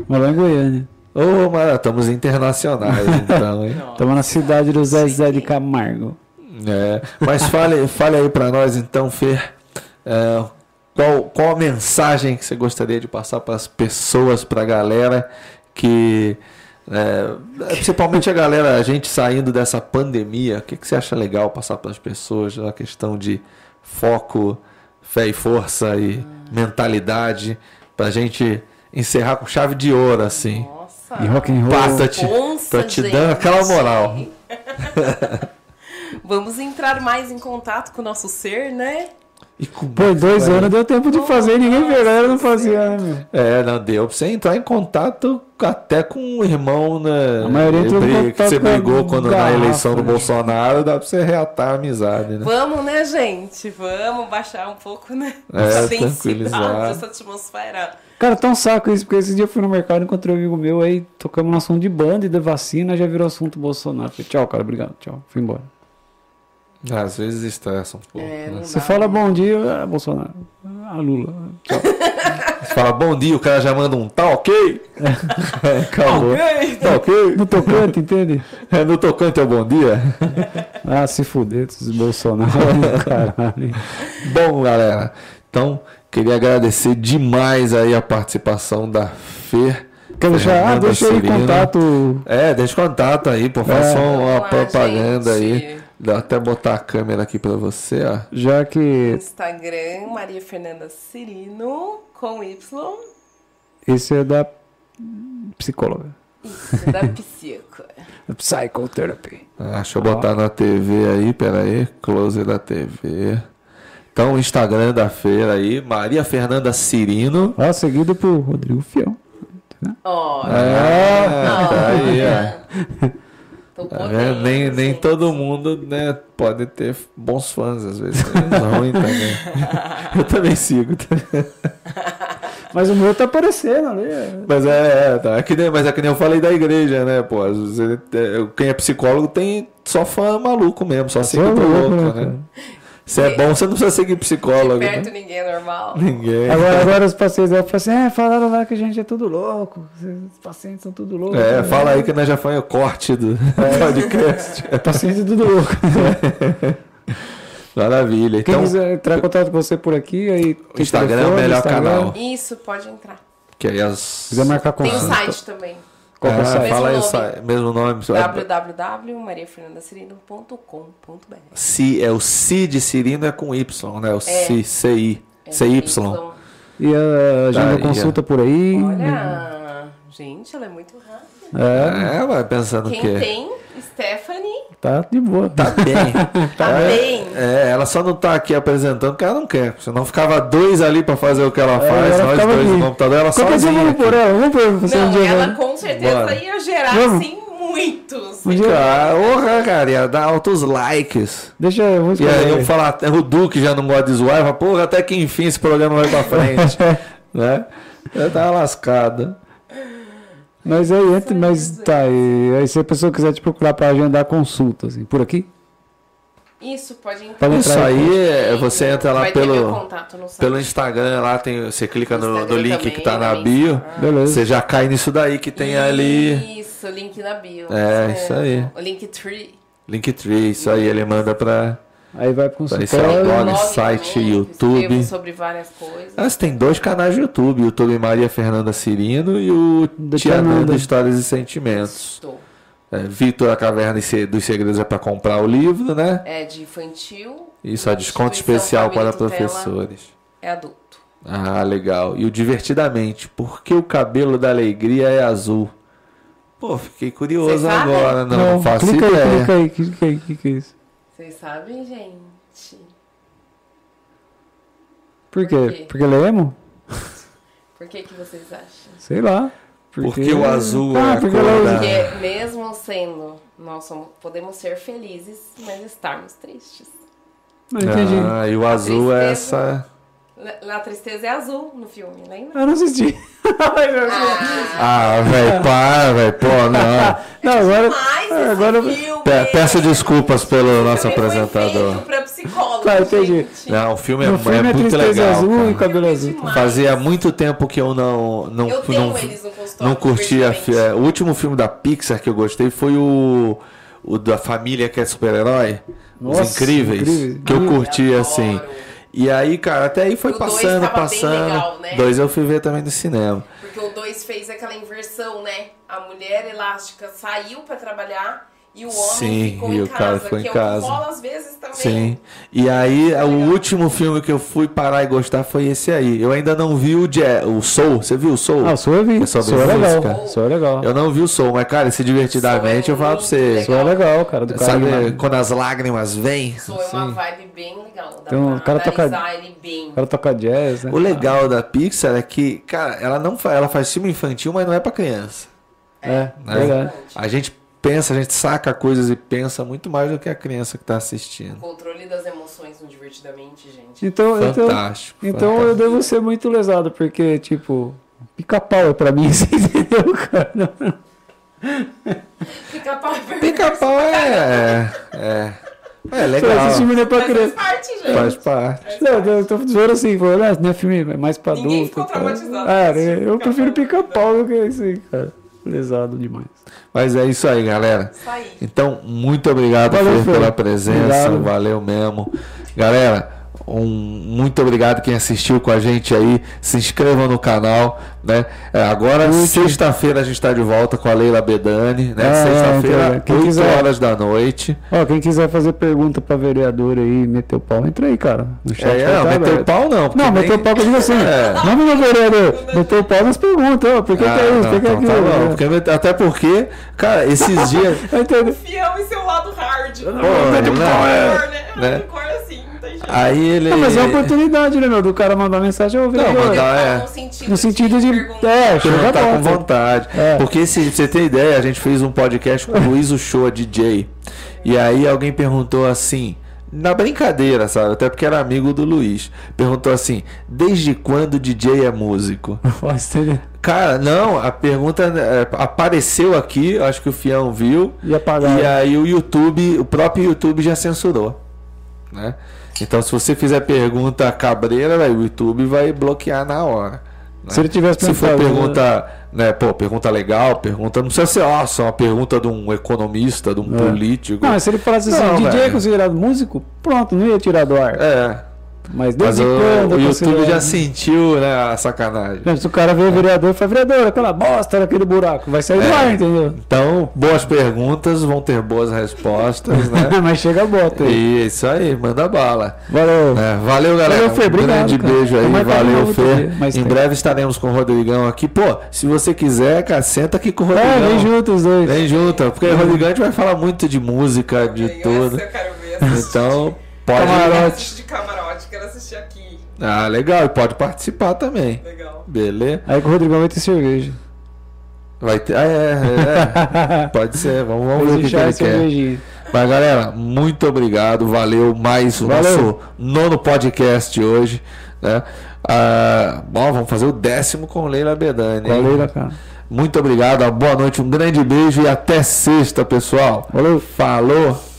S1: mas lá em Goiânia.
S2: Ô, Mara, estamos internacionais então, hein?
S1: Tamo na cidade do Zé Zé de Camargo.
S2: É, mas fale, fale aí pra nós então, Fer, é, qual, qual a mensagem que você gostaria de passar para as pessoas, pra galera que, é, principalmente a galera, a gente saindo dessa pandemia, o que, que você acha legal passar para as pessoas na questão de foco, fé e força e mentalidade, pra gente encerrar com chave de ouro assim.
S4: Nossa!
S3: Nossa.
S1: E rock and roll.
S2: Passa, te,
S3: Nossa,
S2: tô te
S3: gente.
S2: dando aquela moral.
S3: Vamos entrar mais em contato com o nosso ser, né?
S2: E com-
S1: Pô, dois anos deu tempo de fazer, ninguém
S3: Nossa,
S1: verá, eu não fazia, né, meu?
S2: É, não deu pra você entrar em contato até com um irmão, né?
S1: A maioria entrou em
S2: briga- que
S1: contato
S2: você
S1: com a
S2: brigou quando na
S1: garrafa,
S2: eleição do
S1: né?
S2: Bolsonaro, dá pra você reatar a amizade, né?
S3: Vamos, né, gente? Vamos baixar um pouco, né?
S2: É,
S3: A densidade,
S2: tranquilizar.
S3: Essa atmosfera.
S1: Cara, tá um saco isso, porque esse dia eu fui no mercado, encontrei um amigo meu, aí tocamos um assunto de banda e da vacina, já virou assunto Bolsonaro. Falei, tchau, cara, obrigado, tchau, fui embora.
S2: Às vezes estressa um pouco.
S3: É.
S2: né?
S1: Você fala bom dia, ah, Bolsonaro, ah, Lula, tchau.
S2: Você fala bom dia, o cara já manda um tá ok? Acabou. Tá ok?
S1: No tocante, entende?
S2: É, no tocante é o bom dia?
S1: Ah, se fuder, esses Bolsonaro, caralho.
S2: Bom, galera, então queria agradecer demais aí a participação da Fer.
S1: Quer deixar? Ah,
S2: Fernanda
S1: deixa aí
S2: Serino.
S1: contato.
S2: É, deixa o contato aí, pô. Faça uma
S3: Vamos lá,
S2: propaganda
S3: gente.
S2: aí. Dá até botar a câmera aqui pra você, ó.
S1: Já que
S3: Instagram, Maria Fernanda Cirino, com Y.
S1: esse é da psicóloga.
S3: Isso, da Psico.
S1: da Psychotherapy.
S2: Ah, deixa eu botar na TV aí, peraí. Close da TV. Então, o Instagram da feira aí, Maria Fernanda Cirino.
S1: Ah, seguido por Rodrigo Fiel.
S3: Ó,
S2: Ah, tá aí, ó.
S3: tô assim,
S2: Tá vendo? Nem, nem todo mundo né, pode ter bons fãs, às vezes. né? Ruim também. Eu também sigo. tá?
S1: Mas o meu tá aparecendo ali. é.
S2: Mas é, é, tá. é que nem, mas é que nem eu falei da igreja, né, pô? Às vezes, é, Quem é psicólogo tem só fã maluco mesmo, só
S1: é
S2: seguidor
S1: louco,
S2: louco,
S1: né,
S2: né? Se é bom, você não precisa seguir psicólogo, né?
S3: perto ninguém é normal.
S2: Ninguém.
S1: Agora, agora os pacientes lá falam assim: é, falaram lá que a gente é tudo louco. Os pacientes são tudo loucos.
S2: É, fala aí que nós já foi o corte do podcast.
S1: É paciente é tudo louco.
S2: Maravilha.
S1: Quem
S2: Então,
S1: quiser é, entrar em contato com você por aqui, aí. tem
S2: Instagram é o melhor canal.
S3: Isso, pode entrar.
S2: que aí as.
S1: Se quiser marcar com
S3: Tem o site também.
S1: Qual que é o
S2: Ah,
S1: site?
S2: fala aí,
S3: Mesmo nome.
S2: sai- mesmo nome.
S3: www.mariafernandacirino.com.br
S2: Si, é o Si de Cirino é com Y, né? O
S3: É.
S2: Si, CI. CY.
S1: E ah, a agenda
S2: Daria.
S1: consulta por aí.
S3: Olha,
S2: Uhum.
S3: gente, ela é muito rápida.
S1: É,
S2: É, vai pensando
S3: Quem
S2: que. é.
S3: tem? Stephanie.
S1: tá de boa.
S2: Tá bem.
S3: Tá
S2: é,
S3: bem.
S2: É, ela só não tá aqui apresentando porque ela não quer. Senão ficava dois ali pra fazer o que ela faz,
S1: É, ela
S2: nós
S1: ficava
S2: dois no
S1: ali.
S2: computador, ela
S1: Qualquer dia
S2: sozinha.
S1: vamos por
S2: aqui.
S1: ela, vamos por você um
S3: Não,
S1: dia.
S3: ela
S1: né?
S3: com certeza
S2: é, Bora.
S3: ia gerar,
S1: Vamos.
S3: sim, muitos.
S1: Um dia-
S2: Cara, "Ah, porra, cara, ia dar altos likes.
S1: Deixa eu vou
S2: E aí
S1: escolher.
S2: eu falar, até o Duque já não gosta de zoar, eu falo, porra, até que enfim esse programa vai pra frente. né? Eu tava lascada.
S1: Mas aí entra, mas tá aí. Aí se a pessoa quiser te procurar pra agendar consulta, assim, por aqui,
S3: Isso, pode entrar.
S1: Pode
S2: Isso
S1: entrar aí.
S2: aí, é, você entra lá
S3: Vai Ter meu
S2: pelo,
S3: contato no site.
S2: pelo Instagram, lá tem, você clica no, no
S3: Instagram
S2: link
S3: também,
S2: que tá na
S3: no
S2: bio.
S3: Instagram.
S1: beleza.
S2: Você já cai nisso daí que tem ali.
S3: Isso, link na bio.
S2: É, isso aí.
S3: O link tree.
S2: Linktree, isso aí, ele manda pra.
S1: Aí vai pro
S2: Pra esse
S1: consultório.
S2: blog, site, YouTube.
S3: né? sobre várias coisas.
S2: Ah, você tem dois canais do YouTube, o YouTube Maria Fernanda Cirino e o
S1: Do
S2: Tiananda
S1: Tiananda.
S2: Histórias e Sentimentos.
S3: Estou.
S2: É, Vitor, a Caverna e Se- dos Segredos é pra comprar o livro, né?
S3: É de infantil.
S2: Isso, a desconto
S3: Instituição
S2: especial para
S3: Família Tutela
S2: professores.
S3: É adulto.
S2: Ah, legal. E o Divertidamente, por que o cabelo da alegria é azul? Pô, fiquei curioso
S3: Você sabe?
S2: agora, não, não faço
S1: clica aí,
S2: ideia.
S1: clica aí, clica aí, que que é isso?
S3: Vocês sabem, gente?
S1: Por
S3: Por
S1: quê?
S3: quê?
S1: Porque lemos?
S3: Por que, que vocês acham?
S1: Sei lá.
S2: Porque o azul é
S1: ah,
S2: a
S1: porque
S2: cor
S1: ela-
S2: da-
S3: Porque mesmo sendo, nós somos- podemos ser felizes, mas estarmos tristes.
S1: Não entendi.
S2: Ah, e o azul é
S3: Tristeza.
S2: essa.
S3: Na- Na tristeza é azul no filme, lembra?
S1: Eu não assisti. Ai, meu Deus.
S2: Ah, velho, para, velho, pô, não.
S1: não, agora. Ah,
S3: Mas Ah, é esse
S1: É, agora
S3: filme,
S2: Pe- Peço
S3: ele
S2: desculpas pelo nosso
S3: também foi feito
S2: apresentador.
S3: Pra psicólogo,
S1: Tá, entendi.
S3: gente.
S2: Não, o filme é,
S1: no filme
S2: é
S1: é
S2: muito
S1: tristeza
S2: legal.
S1: azul e
S2: cara.
S1: cabelo azul.
S3: demais.
S2: Fazia muito tempo que eu não não
S3: Eu tenho
S2: não,
S3: eles no consultório,
S2: não curtia.
S3: infelizmente.
S2: fi- é, O último filme da Pixar que eu gostei foi o o da família que é super-herói, Os
S1: Nossa,
S2: Incríveis,
S1: Incríveis.
S2: que eu
S1: Eu
S2: curti
S3: adoro.
S2: assim. E aí, cara, até aí foi
S3: O dois
S2: passando,
S3: tava bem
S2: passando.
S3: legal, né?
S2: Dois eu fui ver também no cinema.
S3: Porque o 2 fez aquela inversão, né? A mulher elástica saiu pra trabalhar
S4: E o homem
S2: Sim,
S4: ficou
S2: e
S4: em
S2: o
S4: casa,
S2: cara ficou
S4: que
S2: em
S4: eu
S2: casa.
S4: colo às vezes também.
S2: Sim. E aí, é, o último filme que eu fui parar e gostar foi esse aí. Eu ainda não vi o, Je o Soul. Você viu o Soul?
S1: Ah, o Soul eu vi.
S2: É sobre
S1: Soul é legal.
S2: música.
S1: Soul é legal.
S2: Eu não vi o Soul, mas, cara, se divertidamente
S4: Soul
S2: eu falo pra você.
S1: Soul é legal, cara. Do cara
S2: Sabe é
S1: animado.
S2: quando as lágrimas vêm?
S4: Sou é uma vibe bem legal. Dá
S1: Tem um-
S4: pra
S1: o cara toca-
S4: analisar ele bem.
S1: O cara toca jazz, né?
S2: O legal da Pixar é que, cara, ela não fa- ela faz filme infantil, mas não é pra criança.
S1: É,
S2: né?
S1: verdade.
S2: A gente pensa, a gente saca coisas e pensa muito mais do que a criança que tá assistindo.
S4: Controle das emoções no Divertidamente, gente.
S1: Então, então,
S2: Fantástico.
S1: então eu
S2: fantástico.
S1: devo ser muito lesado, porque, tipo, pica-pau é pra mim, você entendeu, cara?
S4: Fica pau perfeito.
S2: Pica-pau é. É. É
S1: Legal.
S2: legal.
S1: Esse filme não é pra criança.
S4: parte, gente.
S2: Faz parte.
S1: Não, eu tô zoando assim, falando, ah, não é filme, é mais pra adulto.
S4: Ninguém ficou
S1: e tal.
S4: traumatizado
S1: Cara,
S4: assistindo
S1: né, eu
S4: Pica-Pau.
S1: prefiro pica-pau do que esse, cara. Lesado demais.
S2: Mas é isso aí, galera.
S4: Isso aí.
S2: Então, muito obrigado
S1: Valeu,
S2: Fer, pela
S1: Fer.
S2: presença.
S1: Obrigado.
S2: Valeu mesmo. Galera, um, muito obrigado quem assistiu com a gente aí. Se inscrevam no canal. Né? É, agora, sexta-feira, a gente está de volta com a Leila Bedani.
S1: Ah,
S2: Né?
S1: é, então,
S2: sexta-feira,
S1: quem
S2: 8
S1: quiser.
S2: horas da noite.
S1: Ó, quem quiser fazer pergunta pra vereador aí, meter o pau, entra aí, cara. No chat
S2: É,
S1: vai
S2: não,
S1: tá
S2: meteu o
S1: aberto.
S2: pau não. porque
S1: Não,
S2: nem-
S1: meteu o pau que eu digo assim.
S2: É.
S1: Não, meu vereador, meteu o pau nas perguntas, ó. Por que
S2: Ah,
S1: que é isso?
S2: não,
S1: Por que é
S2: então tá bom,
S1: aquilo? Tá
S2: porque- até porque, cara, esses dias.
S1: Eu entendo.
S4: Fiel e seu lado hard. Não,
S2: não, é,
S4: cor, né?
S2: né?
S4: Não cor assim, não tem jeito.
S2: Aí ele.
S1: Não, mas é uma oportunidade, né, meu? Do cara mandar mensagem ao
S2: Não,
S1: vereador.
S2: mandar- é.
S4: No sentido,
S1: No sentido de.
S4: perguntar.
S1: É, chega
S2: perguntar
S1: a
S2: tá com
S1: volta.
S2: vontade.
S1: É.
S2: Porque se pra você tem ideia, a gente fez um podcast com o Luiz Uchoa, DJ. E aí alguém perguntou assim, na brincadeira, sabe? Até porque era amigo do Luiz. Perguntou assim: desde quando DJ é músico?
S1: Faz entender.
S2: Cara, não, a pergunta é, apareceu aqui, acho que o Fião viu.
S1: E apagaram.
S2: E aí o YouTube, o próprio YouTube já censurou. Né? Então se você fizer pergunta cabreira, velho, o YouTube vai bloquear na hora. né?
S1: Se ele tivesse
S2: Se for
S1: pensado,
S2: pergunta, né, pô, pergunta legal, pergunta. Não precisa ser, ó, só uma pergunta de um economista, de um político.
S1: Não, É. mas se ele falasse assim,
S2: Não,
S1: DJ é
S2: velho.
S1: considerado músico, pronto, não ia tirar do ar.
S2: É.
S1: Mas
S2: Mas
S1: desde
S2: o,
S1: quando.
S2: o
S1: é
S2: YouTube
S1: considerado-
S2: já sentiu, né, a sacanagem.
S1: Não, Se o cara vê o vereador e fala, vereador, aquela bosta naquele buraco, vai sair do
S2: É.
S1: ar, entendeu?
S2: Então, boas perguntas, vão ter boas respostas, né?
S1: mas chega a bota aí.
S2: E é isso aí, manda bala.
S1: Valeu.
S2: É, valeu, galera.
S1: Valeu, Fer,
S2: um grande
S1: obrigado, cara. é
S2: beijo aí.
S1: Vou marcar de
S2: Valeu,
S1: novo outro
S2: Fer.
S1: dia, tá mas
S2: em
S1: tem.
S2: breve estaremos com o Rodrigão aqui. Pô, se você quiser, cara, senta aqui com o
S1: É,
S2: Rodrigão.
S1: vem junto os dois.
S2: Vem junto, porque o Rodrigão a gente vai falar muito de música, de
S4: Essa
S2: tudo.
S4: Eu quero ver.
S2: Então, pode.
S4: Quero
S1: Camarote.
S4: assistir de camarote, quero assistir aqui.
S2: Ah, legal, e pode participar também.
S4: Legal.
S2: Beleza?
S1: Aí que o Rodrigão vai ter cerveja.
S2: Vai ter. Ah, é, é, é. Pode ser, vamos, vamos ver
S1: Vou
S2: o que que
S1: deixar
S2: ele
S1: essa
S2: quer.
S1: cervejinha.
S2: Mas galera, muito obrigado, valeu mais o
S1: Valeu.
S2: nosso nono podcast hoje. Né? Ah, bom, vamos fazer o décimo com Leila Bedani. hein?
S1: Valeu, cara.
S2: Muito obrigado, uma boa noite, um grande beijo e até sexta, pessoal.
S1: Valeu.
S2: Falou!